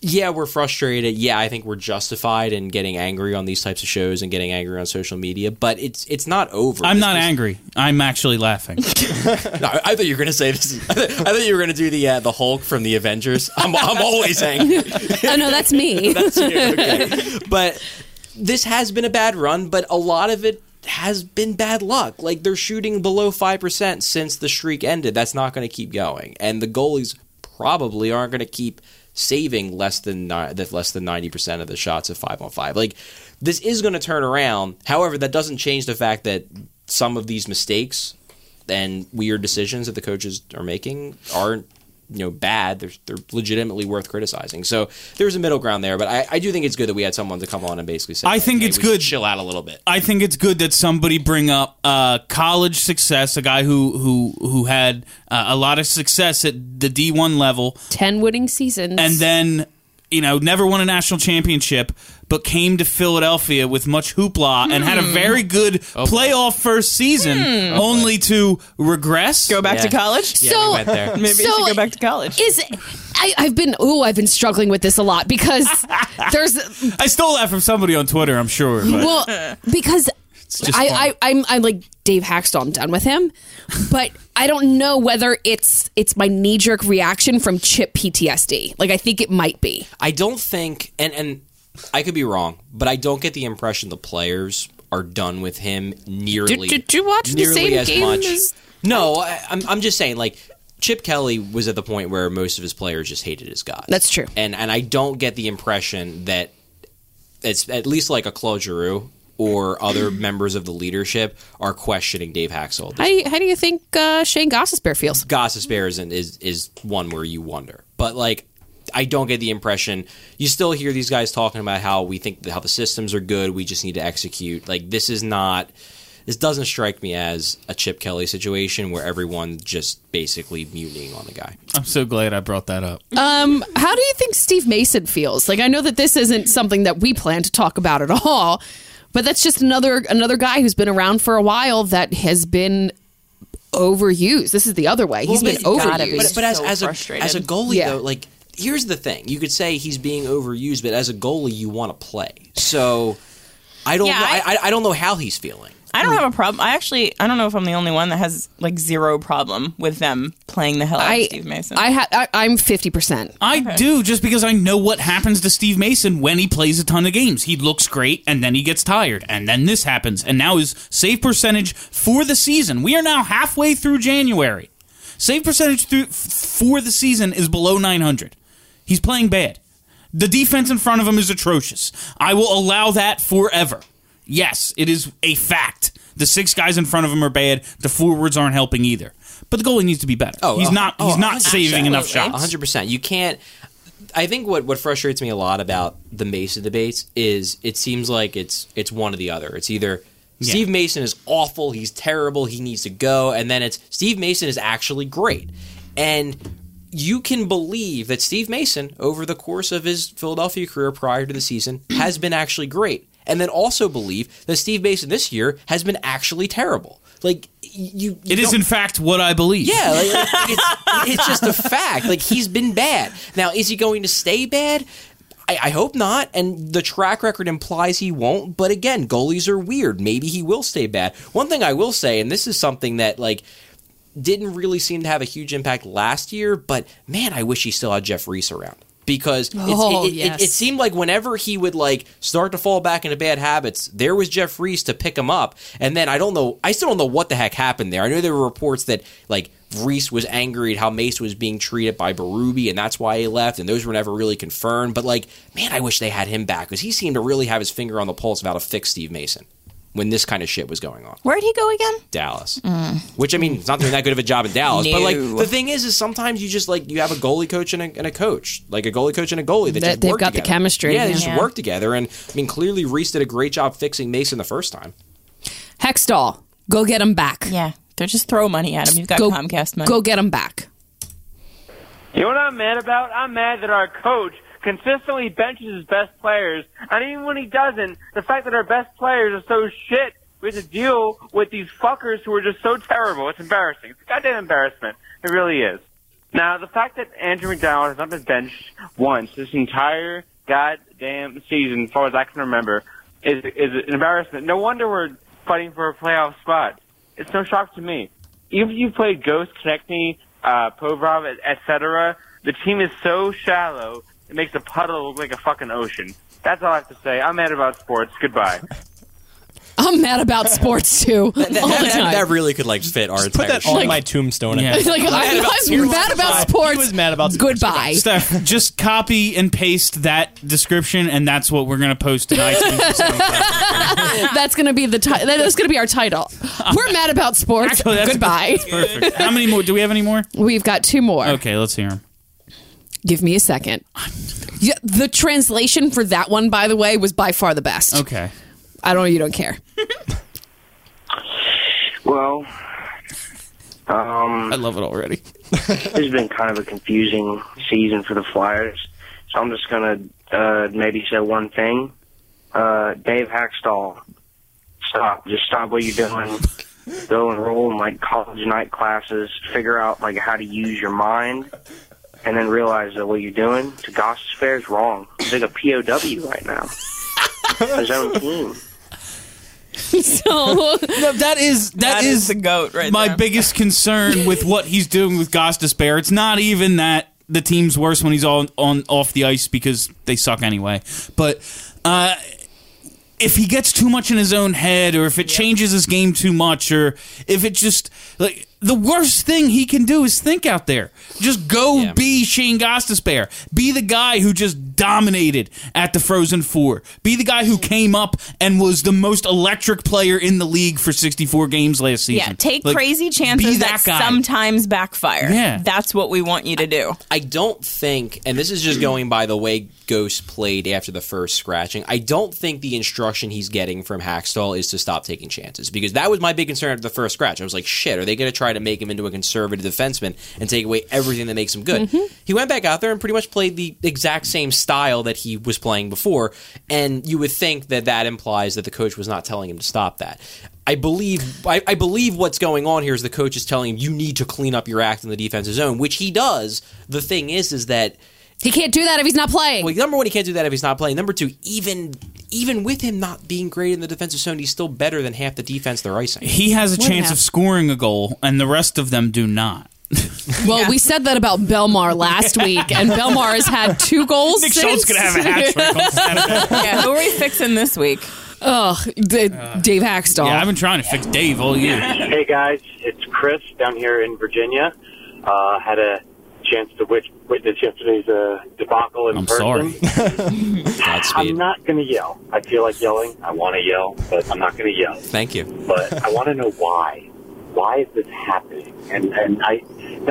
yeah, we're frustrated. Yeah, I think we're justified in getting angry on these types of shows and getting angry on social media, but it's it's not over. I'm This not is- angry. I'm actually laughing. No, I- I thought you were going to say this. is- I thought, I thought you were going to do the uh, the Hulk from the Avengers. I'm I'm always angry. Oh no, that's me. That's you. Okay. But this has been a bad run, but a lot of it has been bad luck. Like they're shooting below 5% since the streak ended. That's not going to keep going. And the goalies probably aren't going to keep saving less than ni- that less than 90% of the shots of 5 on 5. Like this is going to turn around. However, that doesn't change the fact that some of these mistakes and weird decisions that the coaches are making aren't you know bad. They're they're legitimately worth criticizing. So there's a middle ground there, but I, I do think it's good that we had someone to come on and basically say, I think "Hey, it's we should good." Chill out a little bit. I think it's good that somebody bring up uh, college success, a guy who who who had uh, a lot of success at the D1 level, 10 winning seasons. and then you know never won a national championship but came to philadelphia with much hoopla and had a very good playoff first season only to regress Go back to Yeah. college. so we went there. Maybe I So- should go back to college. is I, I've been oh I've been struggling with this a lot because there's i stole that from somebody on twitter i'm sure but Well, because just fun. I, I, I'm, I'm like Dave Hackstall. I'm done with him, but I don't know whether it's it's my knee jerk reaction from chip PTSD. Like I think it might be. I don't think, and and I could be wrong, but I don't get the impression the players are done with him nearly. Did- did you watch the nearly same as game much. as- No, I, I'm I'm just saying like. Chip Kelly was at the point where most of his players just hated his guy. That's true. And and I don't get the impression that it's at least like a Claude Giroux or other members of the leadership are questioning Dave Haxel. How do you, how do you think uh, Shane Gossesbear feels? Gossip Bear is, is is one where you wonder, but like I don't get the impression. You still hear these guys talking about how we think that how the systems are good. We just need to execute. Like this is not. This doesn't strike me as a Chip Kelly situation where everyone's just basically mutinying on the guy. I'm so glad I brought that up. Um, how do you think Steve Mason feels? Like, I know that this isn't something that we plan to talk about at all, but that's just another another guy who's been around for a while that has been overused. This is the other way. he's been he's gotta be. overused. But, but as, so as, a, frustrated. as a goalie, Yeah. though, like, here's the thing. You could say he's being overused, but as a goalie, you want to play. So I don't, Yeah, know, I, I- I, I don't know how he's feeling. I don't have a problem. I actually, I don't know if I'm the only one that has like zero problem with them playing the hell out of I, Steve Mason. I, ha- I I'm fifty percent. I do just because I know what happens to Steve Mason when he plays a ton of games. He looks great and then he gets tired and then this happens and now his save percentage for the season. We are now halfway through January. Save percentage through, f- for the season is below 900. He's playing bad. The defense in front of him is atrocious. I will allow that forever. Yes, it is a fact. The six guys in front of him are bad. The forwards aren't helping either. But the goalie needs to be better. Oh, he's uh, not. oh, he's not 100%. saving enough Absolutely. shots. 100%. You can't. I think what, what frustrates me a lot about the Mason debates is it seems like it's it's one or the other. It's either Steve Mason is awful, he's terrible, he needs to go, and then it's Steve Mason is actually great. And you can believe that Steve Mason, over the course of his Philadelphia career prior to the season, has been actually great. And then also believe that Steve Mason this year has been actually terrible. Like you, you It is, don't- in fact, what I believe. yeah, like, like, it's, it's just a fact. Like he's been bad. Now, is he going to stay bad? I, I hope not. And the track record implies he won't. But again, goalies are weird. Maybe he will stay bad. One thing I will say, and this is something that like didn't really seem to have a huge impact last year, but man, I wish he still had Jeff Reese around. Because it's, Oh, it, it, yes. it, it seemed like whenever he would like start to fall back into bad habits, there was Jeff Reese to pick him up. And then I don't know, I still don't know what the heck happened there. I know there were reports that like Reese was angry at how Mace was being treated by Baruby, and that's why he left. And those were never really confirmed. But like, man, I wish they had him back because he seemed to really have his finger on the pulse of how to fix Steve Mason when this kind of shit was going on. Where'd he go again? Dallas. Mm. Which I mean, it's not doing that good of a job in Dallas. But like No. the thing is, is sometimes you just like you have a goalie coach and a, and a coach, like a goalie coach and a goalie that That- just they've work got the together. chemistry, Yeah, they yeah. just work together. And I mean, clearly Reese did a great job fixing Mason the first time. Hextall, go get him back. Yeah, don't just throw money at him. You've got Go Comcast money. Go get him back. You know what I'm mad about? I'm mad that our coach consistently benches his best players, and even when he doesn't, the fact that our best players are so shit, we have to deal with these fuckers who are just so terrible. It's embarrassing. It's a goddamn embarrassment. It really is. Now, the fact that Andrew McDonald has not been benched once this entire goddamn season, as far as I can remember, is is an embarrassment. No wonder we're fighting for a playoff spot. It's no shock to me. Even if you played Ghost, Konechny, uh, Povrov, et- et cetera, the team is so shallow, it makes a puddle look like a fucking ocean. That's all I have to say. I'm mad about sports. Goodbye. I'm mad about sports too. all the that, time. really could like fit our Put that on Like, my tombstone. Yeah. like, I'm mad about, sports. sports. He was mad about sports. Goodbye. Steph, just copy and paste that description, and that's what we're gonna post in iTunes. That's gonna be the ti- that's gonna be our title. We're mad about sports. Actually, that's- Goodbye. Perfect. How many more? Do we have any more? We've got two more. Okay, let's hear them. Give me a second. Yeah, the translation for that one, by the way, was by far the best. Okay. I don't. You don't care. Well, I love it already. it's been kind of a confusing season for the Flyers. So I'm just going to uh, maybe say one thing. Uh, Dave Hackstall, stop. Just stop what you're doing. Go enroll in like college night classes. Figure out like how to use your mind, and then realize that what you're doing to Goss's Fair is wrong. He's like a POW right now. His own team. So No, that is That is the goat right my there. biggest concern with what he's doing with Goss Despair. It's not even that the team's worse when he's on, on off the ice because they suck anyway. But uh, if he gets too much in his own head, or if it changes his game too much, or if it just like the worst thing he can do is think out there. Just go be Shane Gostisbehere. Be the guy who just dominated at the Frozen Four. Be the guy who came up and was the most electric player in the league for 64 games last season. Yeah, take Like, crazy be chances that, that guy. sometimes backfire. Yeah. That's what we want you to do. I don't think, and this is just going by the way Ghost played after the first scratching. I don't think the instruction he's getting from Hackstall is to stop taking chances because that was my big concern after the first scratch. I was like, shit, are they going to try to make him into a conservative defenseman and take away everything that makes him good? He went back out there and pretty much played the exact same style that he was playing before, and you would think that that implies that the coach was not telling him to stop that. I believe I, I believe what's going on here is the coach is telling him you need to clean up your act in the defensive zone, which he does. The thing is, is that He can't do that if he's not playing. well, number one, he can't do that if he's not playing. Number two, even even with him not being great in the defensive zone, he's still better than half the defense they're icing. He has a What chance of happened? scoring a goal, and the rest of them do not. Well, we said that about Belmar last week, and Belmar has had two goals. Nick since. Schultz could have a hat trick on Saturday. Yeah, who are we fixing this week? Ugh, D- Dave Hackstall. Yeah, I've been trying to fix Dave all year. Hey guys, it's Chris down here in Virginia. Uh, had a chance to wit- witness yesterday's uh, debacle in I'm person. sorry. Godspeed. I'm not going to yell. I feel like yelling. I want to yell, but I'm not going to yell. Thank you. But I want to know why. Why is this happening? And and I,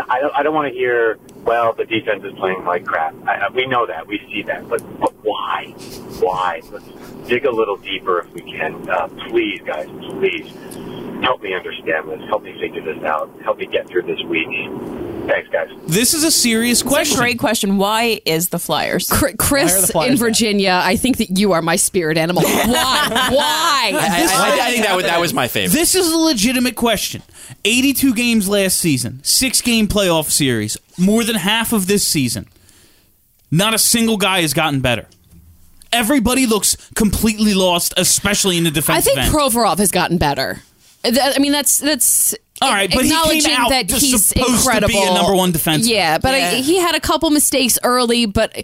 I don't, I don't want to hear. Well, the defense is playing like crap. I, I- we know that. We see that. But but why? Why? Let's dig a little deeper if we can, uh, please, guys. Please help me understand this. Help me figure this out. Help me get through this week. Thanks, guys. This is a serious question. Great question. Why is the Flyers? Cr- Chris Flyers in at? Virginia, I think that you are my spirit animal. Why? I, Why? I- I think that, was- that was my favorite. This is a legitimate question. 82 games last season, six game playoff series, more than half of this season. Not a single guy has gotten better. Everybody looks completely lost, especially in the I defensive think end. Provorov has gotten better. That- I mean, that's that's. All right, but he came acknowledging out that just he's supposed to be a incredible. number one defenseman. Yeah, but I, Yeah. he had a couple mistakes early. But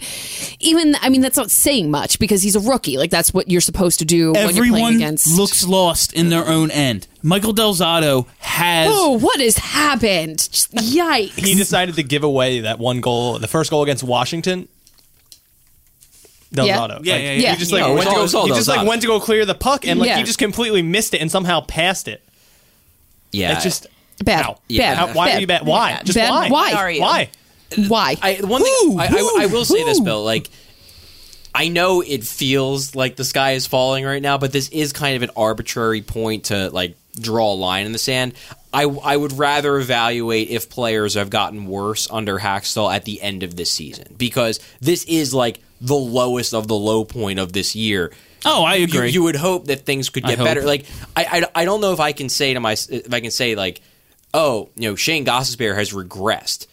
even I mean, that's not saying much because he's a rookie. Like that's what you're supposed to do when you're playing Everyone against. looks lost in their own end. Michael Delzato has oh, what has happened? Just, yikes! he decided to give away that one goal, the first goal against Washington. Del Yeah. Zotto. Yeah, Like, yeah, yeah. He just like No, it was went to all- it go, was all he Del just like Zotto. went to go clear the puck and like Yeah. he just completely missed it and somehow passed it. Yeah, It's just bad. Ow. Yeah. how- Bad. why bad. are you bad? Why? Just Bad. why? Why? Are you? Why? Why? I one Who? thing I, I, I will say this, Who? Bill. Like, I know it feels like the sky is falling right now, but this is kind of an arbitrary point to like draw a line in the sand. I, I would rather evaluate if players have gotten worse under Hackstall at the end of this season because this is like the lowest of the low point of this year. Oh, I You, agree. you would hope that things could get hope. better. Like I, I, I don't know if I can say to my if I can say like, oh, you know, Shane Gossesbear has regressed.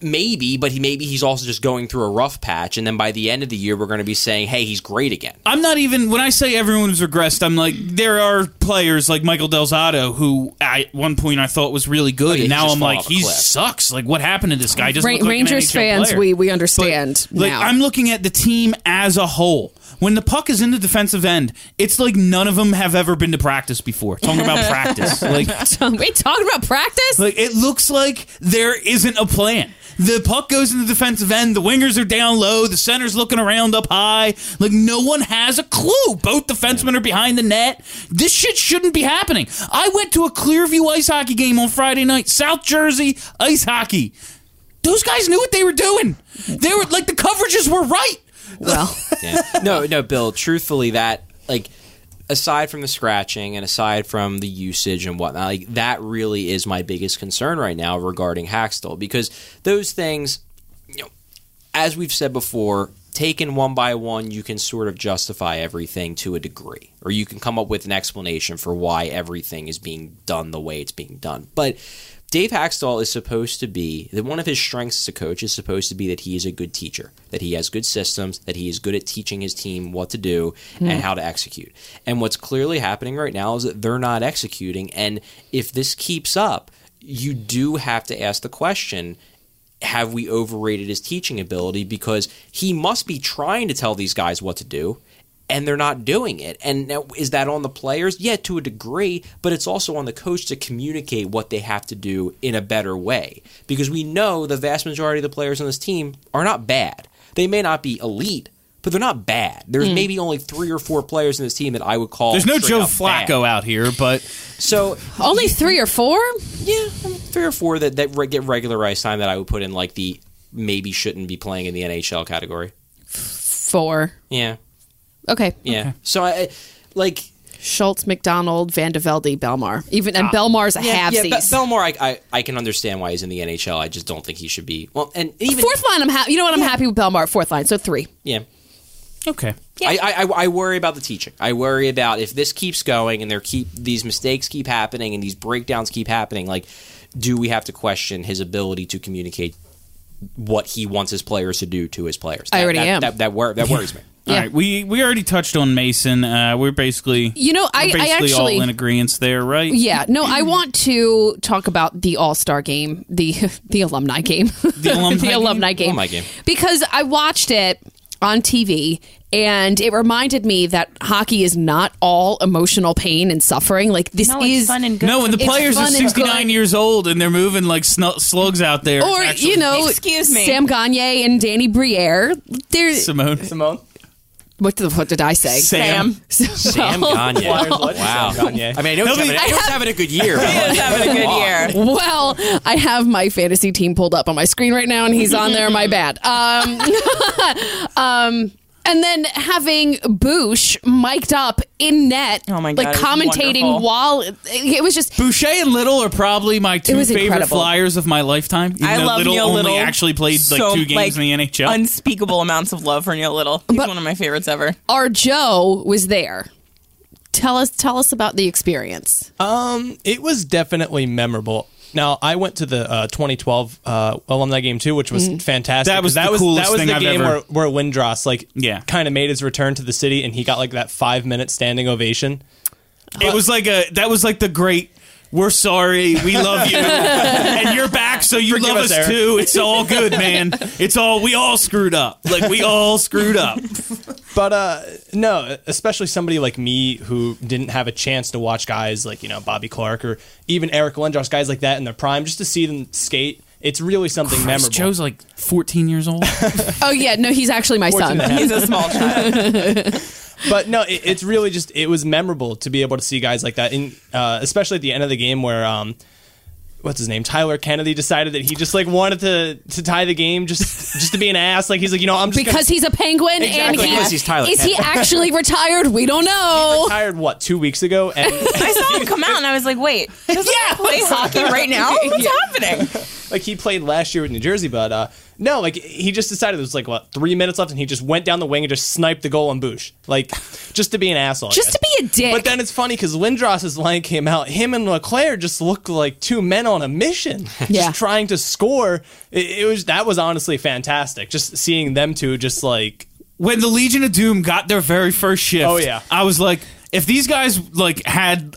Maybe, but he maybe he's also just going through a rough patch, and then by the end of the year, we're going to be saying, "Hey, he's great again." I'm not even when I say everyone's regressed. I'm like there are players like Michael Delzato who I, at one point I thought was really good, yeah, and he's now just I'm fallen like off a he cliff. sucks. Like what happened to this guy? He Doesn't Ra- look like an Rangers NHL fans, player. we we But, understand like now. I'm looking at the team as a whole. When the puck is in the defensive end, it's like none of them have ever been to practice before. Talking about practice, like we talking about practice? like it looks like there isn't a plan. The puck goes in the defensive end. The wingers are down low. The center's looking around up high. Like no one has a clue. Both defensemen are behind the net. This shit shouldn't be happening. I went to a Clearview ice hockey game on Friday night. South Jersey ice hockey. Those guys knew what they were doing. They were like the coverages were right. well, Yeah. no, no, Bill. Truthfully, that like aside from the scratching and aside from the usage and whatnot, like that really is my biggest concern right now regarding Hackstall because those things, you know, as we've said before, taken one by one, you can sort of justify everything to a degree, or you can come up with an explanation for why everything is being done the way it's being done. But Dave Haxtell is supposed to be that one of his strengths as a coach is supposed to be that he is a good teacher, that he has good systems, that he is good at teaching his team what to do and how to execute. And what's clearly happening right now is that they're not executing. And if this keeps up, you do have to ask the question have we overrated his teaching ability because he must be trying to tell these guys what to do and they're not doing it. And now, is that on the players? Yeah, to a degree, but it's also on the coach to communicate what they have to do in a better way. Because we know the vast majority of the players on this team are not bad. They may not be elite, but they're not bad. There's maybe only three or four players in this team that I would call. Hmm. There's no straight Joe up bad. Flacco out here, but So Only three or four? yeah, three or four that that re- get regular ice time that I would put in like the maybe shouldn't be playing in the NHL category. Four. Yeah, Okay. yeah. So I- I like Schultz, McDonald, Vandevelde, Belmar. Even Ah. and Belmar's a yeah, yeah, halfsies. Be- Belmore. I, I I can understand why he's in the NHL. I just don't think he should be. Well, and even fourth line, I'm happy. You know what? I'm happy with Belmar at fourth line. So three. yeah. okay. I, I I- I worry about the teaching. I worry about if this keeps going and there keep these mistakes keep happening and these breakdowns keep happening. Like, do we have to question his ability to communicate what he wants his players to do to his players? I already that, am. That that, wor- that worries me. All Yeah. right, we we already touched on Mason. Uh, we're basically You know, I- we're basically I actually- all in agreement there, right? Yeah. No, I want to talk about the All Star game, the the alumni game, the alumni game? alumni game, Alumni game. because I watched it on TV. And it reminded me that hockey is not all emotional pain and suffering. Like this No, is it's fun and good. No, when the It's players are fun and 69 good. years old and they're moving like snu slugs out there, or actually- you know, Excuse me. Sam Gagne and Danny Briere. They're Simone, Simone? what the what did I say? Sam. Sam Gagne. wow. Gagne. I mean, I know he's having, I know he's having a good year. but He is having a good year. Well, I have my fantasy team pulled up on my screen right now, and he's on there. My bad. Um, um, and then having Boosh mic'd up in net, Oh my God, like it was commentating wonderful. while it, it was just Boucher and Little are probably my two was favorite incredible. flyers of my lifetime. Even I though love Little Neil only Little. actually played like so, two games in the NHL. Unspeakable amounts of love for Neil Little. He's But- one of my favorites ever. our Joe was there. Tell us, tell us about the experience. Um, it was definitely memorable. Now I went to the uh, 2012 uh, alumni game too, which was fantastic. That was that the was coolest that was thing the I've game ever- where where Windross like Yeah. kind of made his return to the city, and he got like that five minute standing ovation. it was like a that was like the great. We're sorry. We love you, and you're back, so you Forgive love us, us, Eric." too. It's all good, man. It's all we all screwed up. Like we all screwed up. But uh, no, especially somebody like me who didn't have a chance to watch guys like you know Bobby Clark or even Eric Lindros, guys like that in their prime, just to see them skate. It's really something memorable. Joe's like 14 years old. Oh yeah, no, he's actually my son. He's a small child. but no, it, it's really just it was memorable to be able to see guys like that, and uh, especially at the end of the game where um, what's his name, Tyler Kennedy decided that he just like wanted to to tie the game just just to be an ass. Like he's like, you know, I'm just Because he's a penguin, and Exactly, he, because he's Tyler is he actually retired? We don't know. gonna retired what two weeks ago, and I saw him come out and I was like, wait, does yeah, play hockey right now? What's happening? like he played last year with New Jersey, but uh, no, like he just decided there was like what three minutes left, and he just went down the wing and just sniped the goal on Boosh, like just to be an asshole, I Just to guess. be a dick. But then it's funny because Lindros's line came out. Him and Leclerc just looked like two men on a mission, Yeah. just trying to score. It, it was that was honestly fantastic. Just seeing them two, just like when the Legion of Doom got their very first shift, Oh, yeah. I was like, if these guys like had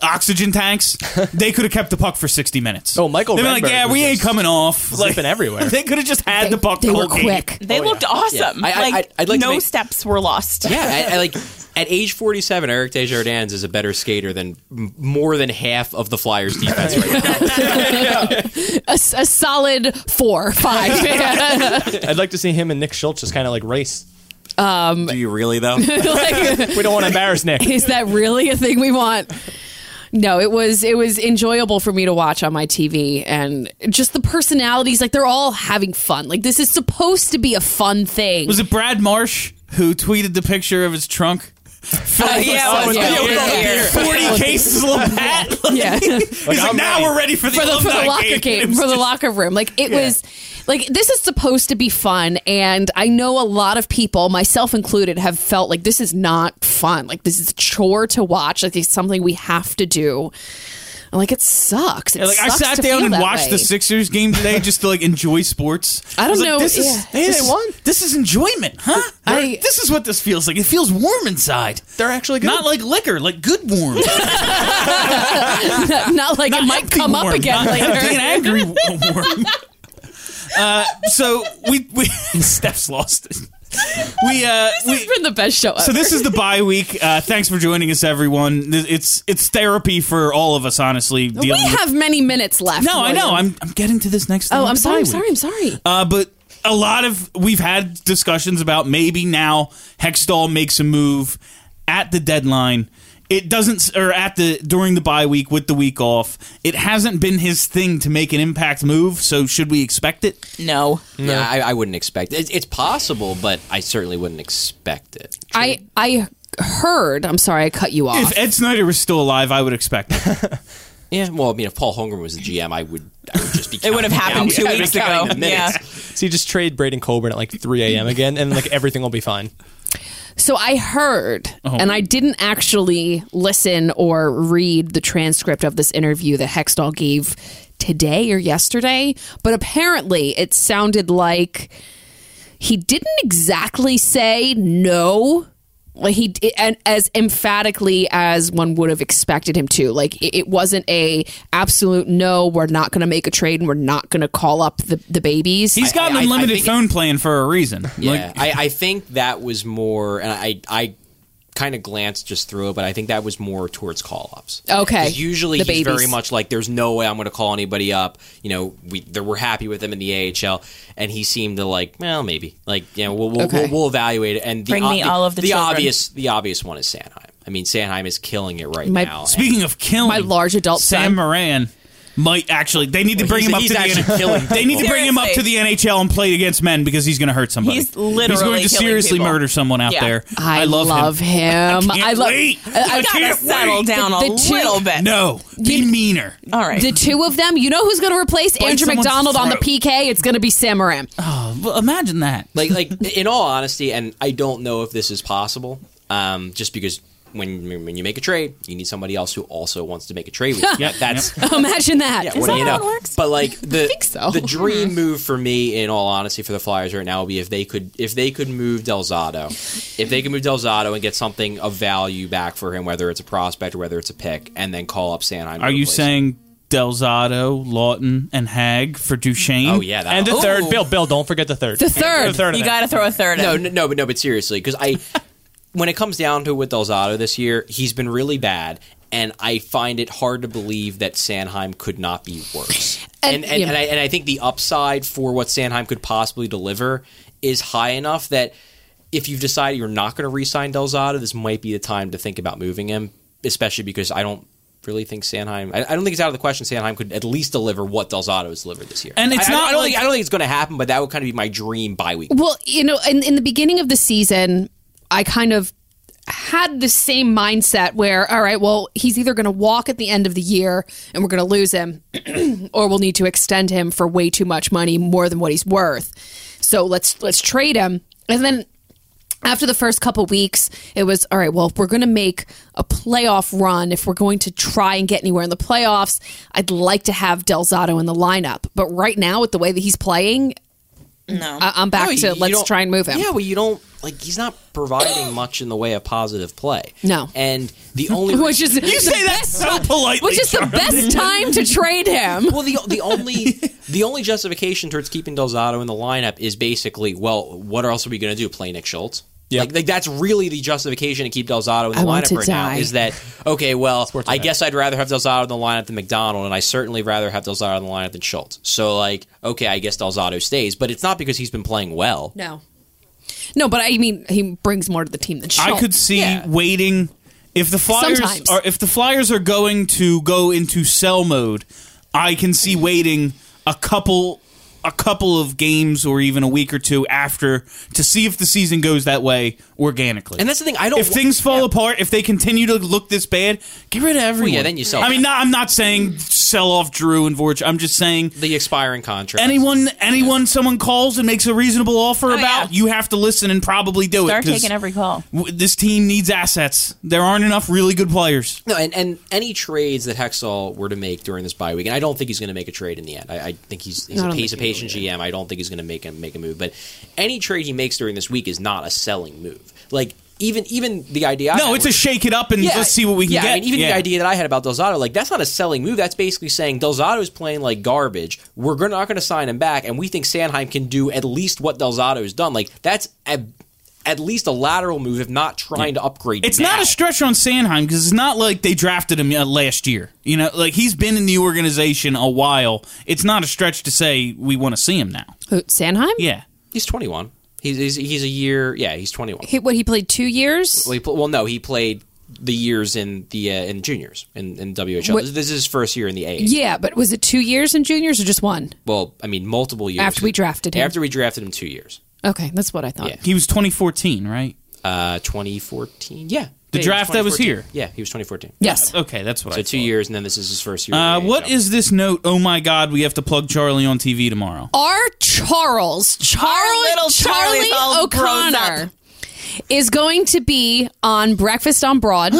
oxygen tanks, they could have kept the puck for 60 minutes. Oh, Michael They'd be like, Renberg yeah, was we ain't just coming off. Like, zipping everywhere. They could have just had the puck. they the were whole game. quick. They looked awesome. Oh, Yeah. I- I- like, I'd like to no make- steps were lost. Yeah, I, I like at age 47, Eric Desjardins is a better skater than m- more than half of the Flyers defense right now. A, s- a solid four, five. I'd like to see him and Nick Schultz just kind of like race. Do you really though? Like, We don't want to embarrass Nick. is that really a thing we want? No, it was it was enjoyable for me to watch on my TV and just the personalities like they're all having fun. Like this is supposed to be a fun thing. Was it Brad Marsh who tweeted the picture of his trunk? Oh, Oh, Uh, yeah, it was Yeah, real yeah, weird. yeah. 40 cases of hat. Like, yeah. He's like, now we're ready for the, for the, for the alumni locker game, It for was the just- locker room. Like it was like this is supposed to be fun and I know a lot of people, myself included, have felt like this is not fun. Like this is a chore to watch. Like it's something we have to do. And, Like it sucks. It Yeah, like I sucks sat to down feel and that watched way. the Sixers game today just to like enjoy sports. I don't was like, know, This yeah. is, Hey, this they is- won. This is enjoyment, huh? I- this is what this feels like. It feels warm inside. They're actually good. Not like liquor, like good warm. not, not like it might Empty come up warm, again not empty and later. angry w- warm. Uh, so we we Steph's lost. it. We uh, we, It's been the best show ever. so this is the bye week. Uh, thanks for joining us, everyone. Th- It's it's therapy for all of us, honestly. we have many minutes left. no, I know. William. I'm I'm getting to this next. thing oh, with I'm the sorry. bye I'm week. sorry. I'm sorry. Uh, but a lot of we've had discussions about maybe now Hextall makes a move at the deadline. It doesn't, or at the during the bye week with the week off. It hasn't been his thing to make an impact move. So should we expect it? No. Yeah, I, I wouldn't expect it. It's, it's possible, but I certainly wouldn't expect it. I I heard. I'm sorry. I cut you off. If Ed Snyder was still alive, I would expect it. Yeah, well, I mean, if Paul Holmgren was the GM, I would, I would just be. It would have counting happened down- two I'd be weeks ago. counting the Yeah. minutes. So you just trade Braden Colburn at like 3 a.m. again, and like everything will be fine. So I heard, and I didn't actually listen or read the transcript of this interview that Hextall gave today or yesterday, but apparently it sounded like he didn't exactly say no. Like he and as emphatically as one would have expected him to. Like it, it wasn't a absolute no. We're not going to make a trade, and we're not going to call up the, the babies. He's got I- I- I an unlimited think it- phone plan for a reason. Yeah, Like, I, I think that was more, and I I kind of glanced just through it, but I think that was more towards call ups. Okay. usually The he's very babies. much like, "There's no way I'm going to call anybody up." You know, we there, we're happy with him in the AHL, and he seemed to like, well, maybe like you know, we'll we'll, Okay. we'll, we'll evaluate it. And the Bring me all of the children. obvious the obvious one is Sanheim. I mean, Sanheim is killing it right My- now. speaking of killing, My large adult son. Sam Moran might actually. They need to bring he's- him up he's to the actually N- killing They need to people. bring him up to the NHL and play against men because he's going to hurt somebody. He's literally going to killing seriously people. murder someone out Yeah. there. I, love, him. I, I can't love. wait. I- I- I Gotta can't settle wait. down a The- the two- little bit. No, be meaner. All right. The two of them, you know who's going to replace Andrew someone's McDonald on the throat. PK? It's going to be Sam Moran. Well, imagine that. like like in all honesty, and I don't know if this is possible, um, just because. When, when you make a trade, you need somebody else who also wants to make a trade with you. Yep, That's Imagine that. Yeah, what do that you how know? it works? But like the think so. the dream move for me, in all honesty, for the Flyers right now would be if they could if they could move Delzado, if they could move Delzado and get something of value back for him, whether it's a prospect or whether it's a pick, and then call up Sanheim. to Are you replace him. saying Delzado, Lawton, and Hag for Duchesne? Oh yeah, that And the oh. third, Bill, Bill, don't forget the third. The third. The third you you got to throw a third No, in. Oh, no, no, but no, but seriously, because I, when it comes down to it with Delzato this year, he's been really bad, and I find it hard to believe that Sanheim could not be worse. And- And and, and, yeah. I, and I think the upside for what Sanheim could possibly deliver is high enough that if you've decided you're not going to re-sign Delzato, this might be the time to think about moving him, especially because I don't. Really think Sanheim? I, I don't think it's out of the question. Sanheim could at least deliver what Delzato has delivered this year, And it's I- I- not I don't, like- think, I don't think it's going to happen, but that would kind of be my dream bye week. Well, you know, in, in the beginning of the season, I kind of had the same mindset where, all right, well, he's either going to walk at the end of the year and we're going to lose him, or we'll need to extend him for way too much money, more than what he's worth. So let's let's trade him. And then after the first couple weeks, it was all right. Well, if we're going to make a playoff run, if we're going to try and get anywhere in the playoffs, I'd like to have Delzato in the lineup. But right now, with the way that he's playing, No. I- I'm back No, you- to you let's don't- try and move him. Yeah, well, you don't like he's not providing much in the way of positive play. No. and the only which is you say that so politely, Which is Charlie. the best time to trade him. well, the the only the only justification towards keeping Delzato in the lineup is basically, well, what else are we going to do? Play Nick Schultz? Yeah. Like, like that's really the justification to keep Delzato in the I want lineup to right die. now is that okay? Well, I tonight. guess I'd rather have Delzato in the lineup than McDonald, and I certainly rather have Delzato in the lineup than Schultz. So like, okay, I guess Delzato stays, but it's not because he's been playing well. No, no, but I mean, he brings more to the team than Schultz. I could see waiting if the Flyers Sometimes. are if the Flyers are going to go into sell mode. I can see waiting a couple a couple of games or even a week or two after to see if the season goes that way organically. And that's the thing. I don't. if things fall apart, if they continue to look this bad, get rid of everyone. yeah, then you sell. I mean, not, I'm not saying sell off Drew and Vorch. I'm just saying the expiring contract. anyone anyone someone calls and makes a reasonable Oh, offer yeah. about, you have to listen and probably do Start it. 'cause taking every call. w- this team needs assets. There aren't enough really good players. No, and, and any trades that Hexall were to make during this bye week, and I don't think he's going to make a trade in the end. I, I think he's, he's a, don't pace, a think he patient GM. I don't think he's going to make a, make a move. But any trade he makes during this week is not a selling move. Like even even the idea. I No, had it's a was- shake it up and let's see what we can yeah, get. I mean, even Yeah. the idea that I had about Delzato, like that's not a selling move. That's basically saying Delzato is playing like garbage. We're gonna- not going to sign him back, and we think Sanheim can do at least what Delzato has done. Like that's a, at least a lateral move, if not trying to upgrade. It's now. not a stretch on Sanheim because it's not like they drafted him uh, last year. You know, like he's been in the organization a while. It's not a stretch to say we want to see him now. Who, Sanheim? Yeah. he's twenty one. He's, he's he's a year. Yeah, he's twenty one. He, what he played two years. Well, he pl- well, no, he played the years in the uh, in juniors in, in WHL. What- This, this is his first year in the A. Yeah, but was it two years in juniors or just one? Well, I mean, multiple years After we drafted him. After we drafted him, two years. Okay, that's what I thought. Yeah. He was 2014, right? Uh, 2014. Yeah, The Yeah, he draft that was 2014. here. Yeah, he was 2014. Yes. Okay, that's what So I two years, and then this is his first year. Uh, in the what NHL. is this note? Oh my God, we have to plug Charlie on TV tomorrow. Our Charles, Charlie, little Charlie's Charlie all grown O'Connor, is going to be on Breakfast on Broad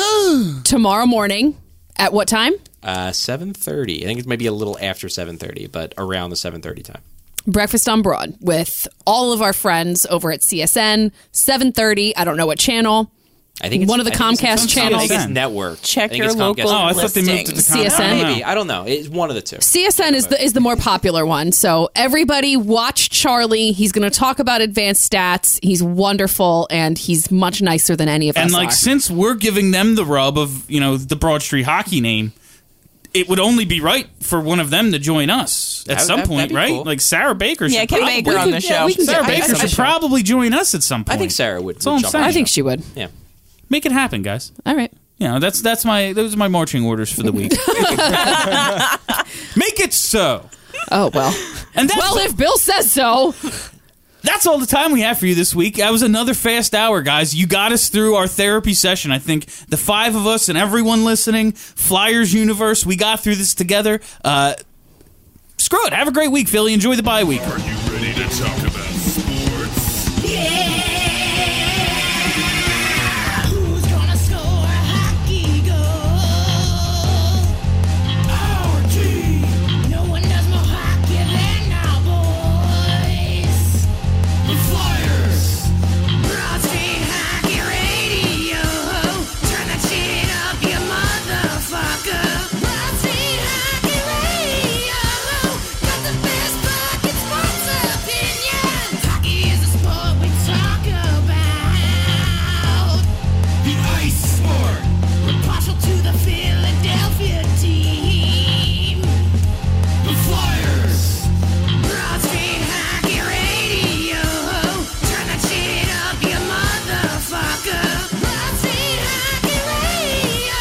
tomorrow morning. At what time? uh, 7:30? I think it's maybe a little after 7:30, but around the 7:30 time. Breakfast on Broad with all of our friends over at CSN, seven thirty. I don't know what channel. I think it's, One of the I think it's- Comcast I think channels. it's network. Check I think your it's Comcast. local Oh, I network. thought they moved to the Listings. con- I don't CSN? know. maybe I don't know. It's one of the two. CSN is the is the more popular one. So everybody watch Charlie. He's going to talk about advanced stats. He's wonderful and he's much nicer than any of And us like, are. since we're giving them the rub of you know the Broad Street hockey name, it would only be right for one of them to join us at That- some that- point, that'd be right? cool. Like Sarah Baker. Yeah, should Kim probably- Baker on the show. we can Sarah get- Baker I, should probably join us at some point. I think Sarah would. That's all would I'm jump saying. on I it. think she would. Yeah. Make it happen, guys. All right. You know, that's that's my those are my marching orders for the week. Make it so. Oh well. And that's well, if Bill says so, that's all the time we have for you this week. That was another fast hour, guys. You got us through our therapy session. I think the five of us and everyone listening, Flyers Universe, we got through this together. Uh, screw it. Have a great week, Philly. Enjoy the bye week. Are you ready to talk about sports? Who's gonna score a hockey goal? Our team. No one does more hockey than our boys. The Flyers. Broadstreet Hockey Radio. Turn that shit up, you motherfucker. Broadstreet Hockey Radio. Got the best fucking sports opinions. Hockey is a sport we talk about. The ice sport. We're partial to the Philadelphia team. The Flyers. Broadstreet Hockey Radio. Turn that shit up, you motherfucker. Broadstreet Hockey Radio.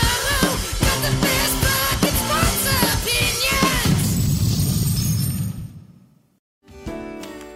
Got the best fucking sports opinions.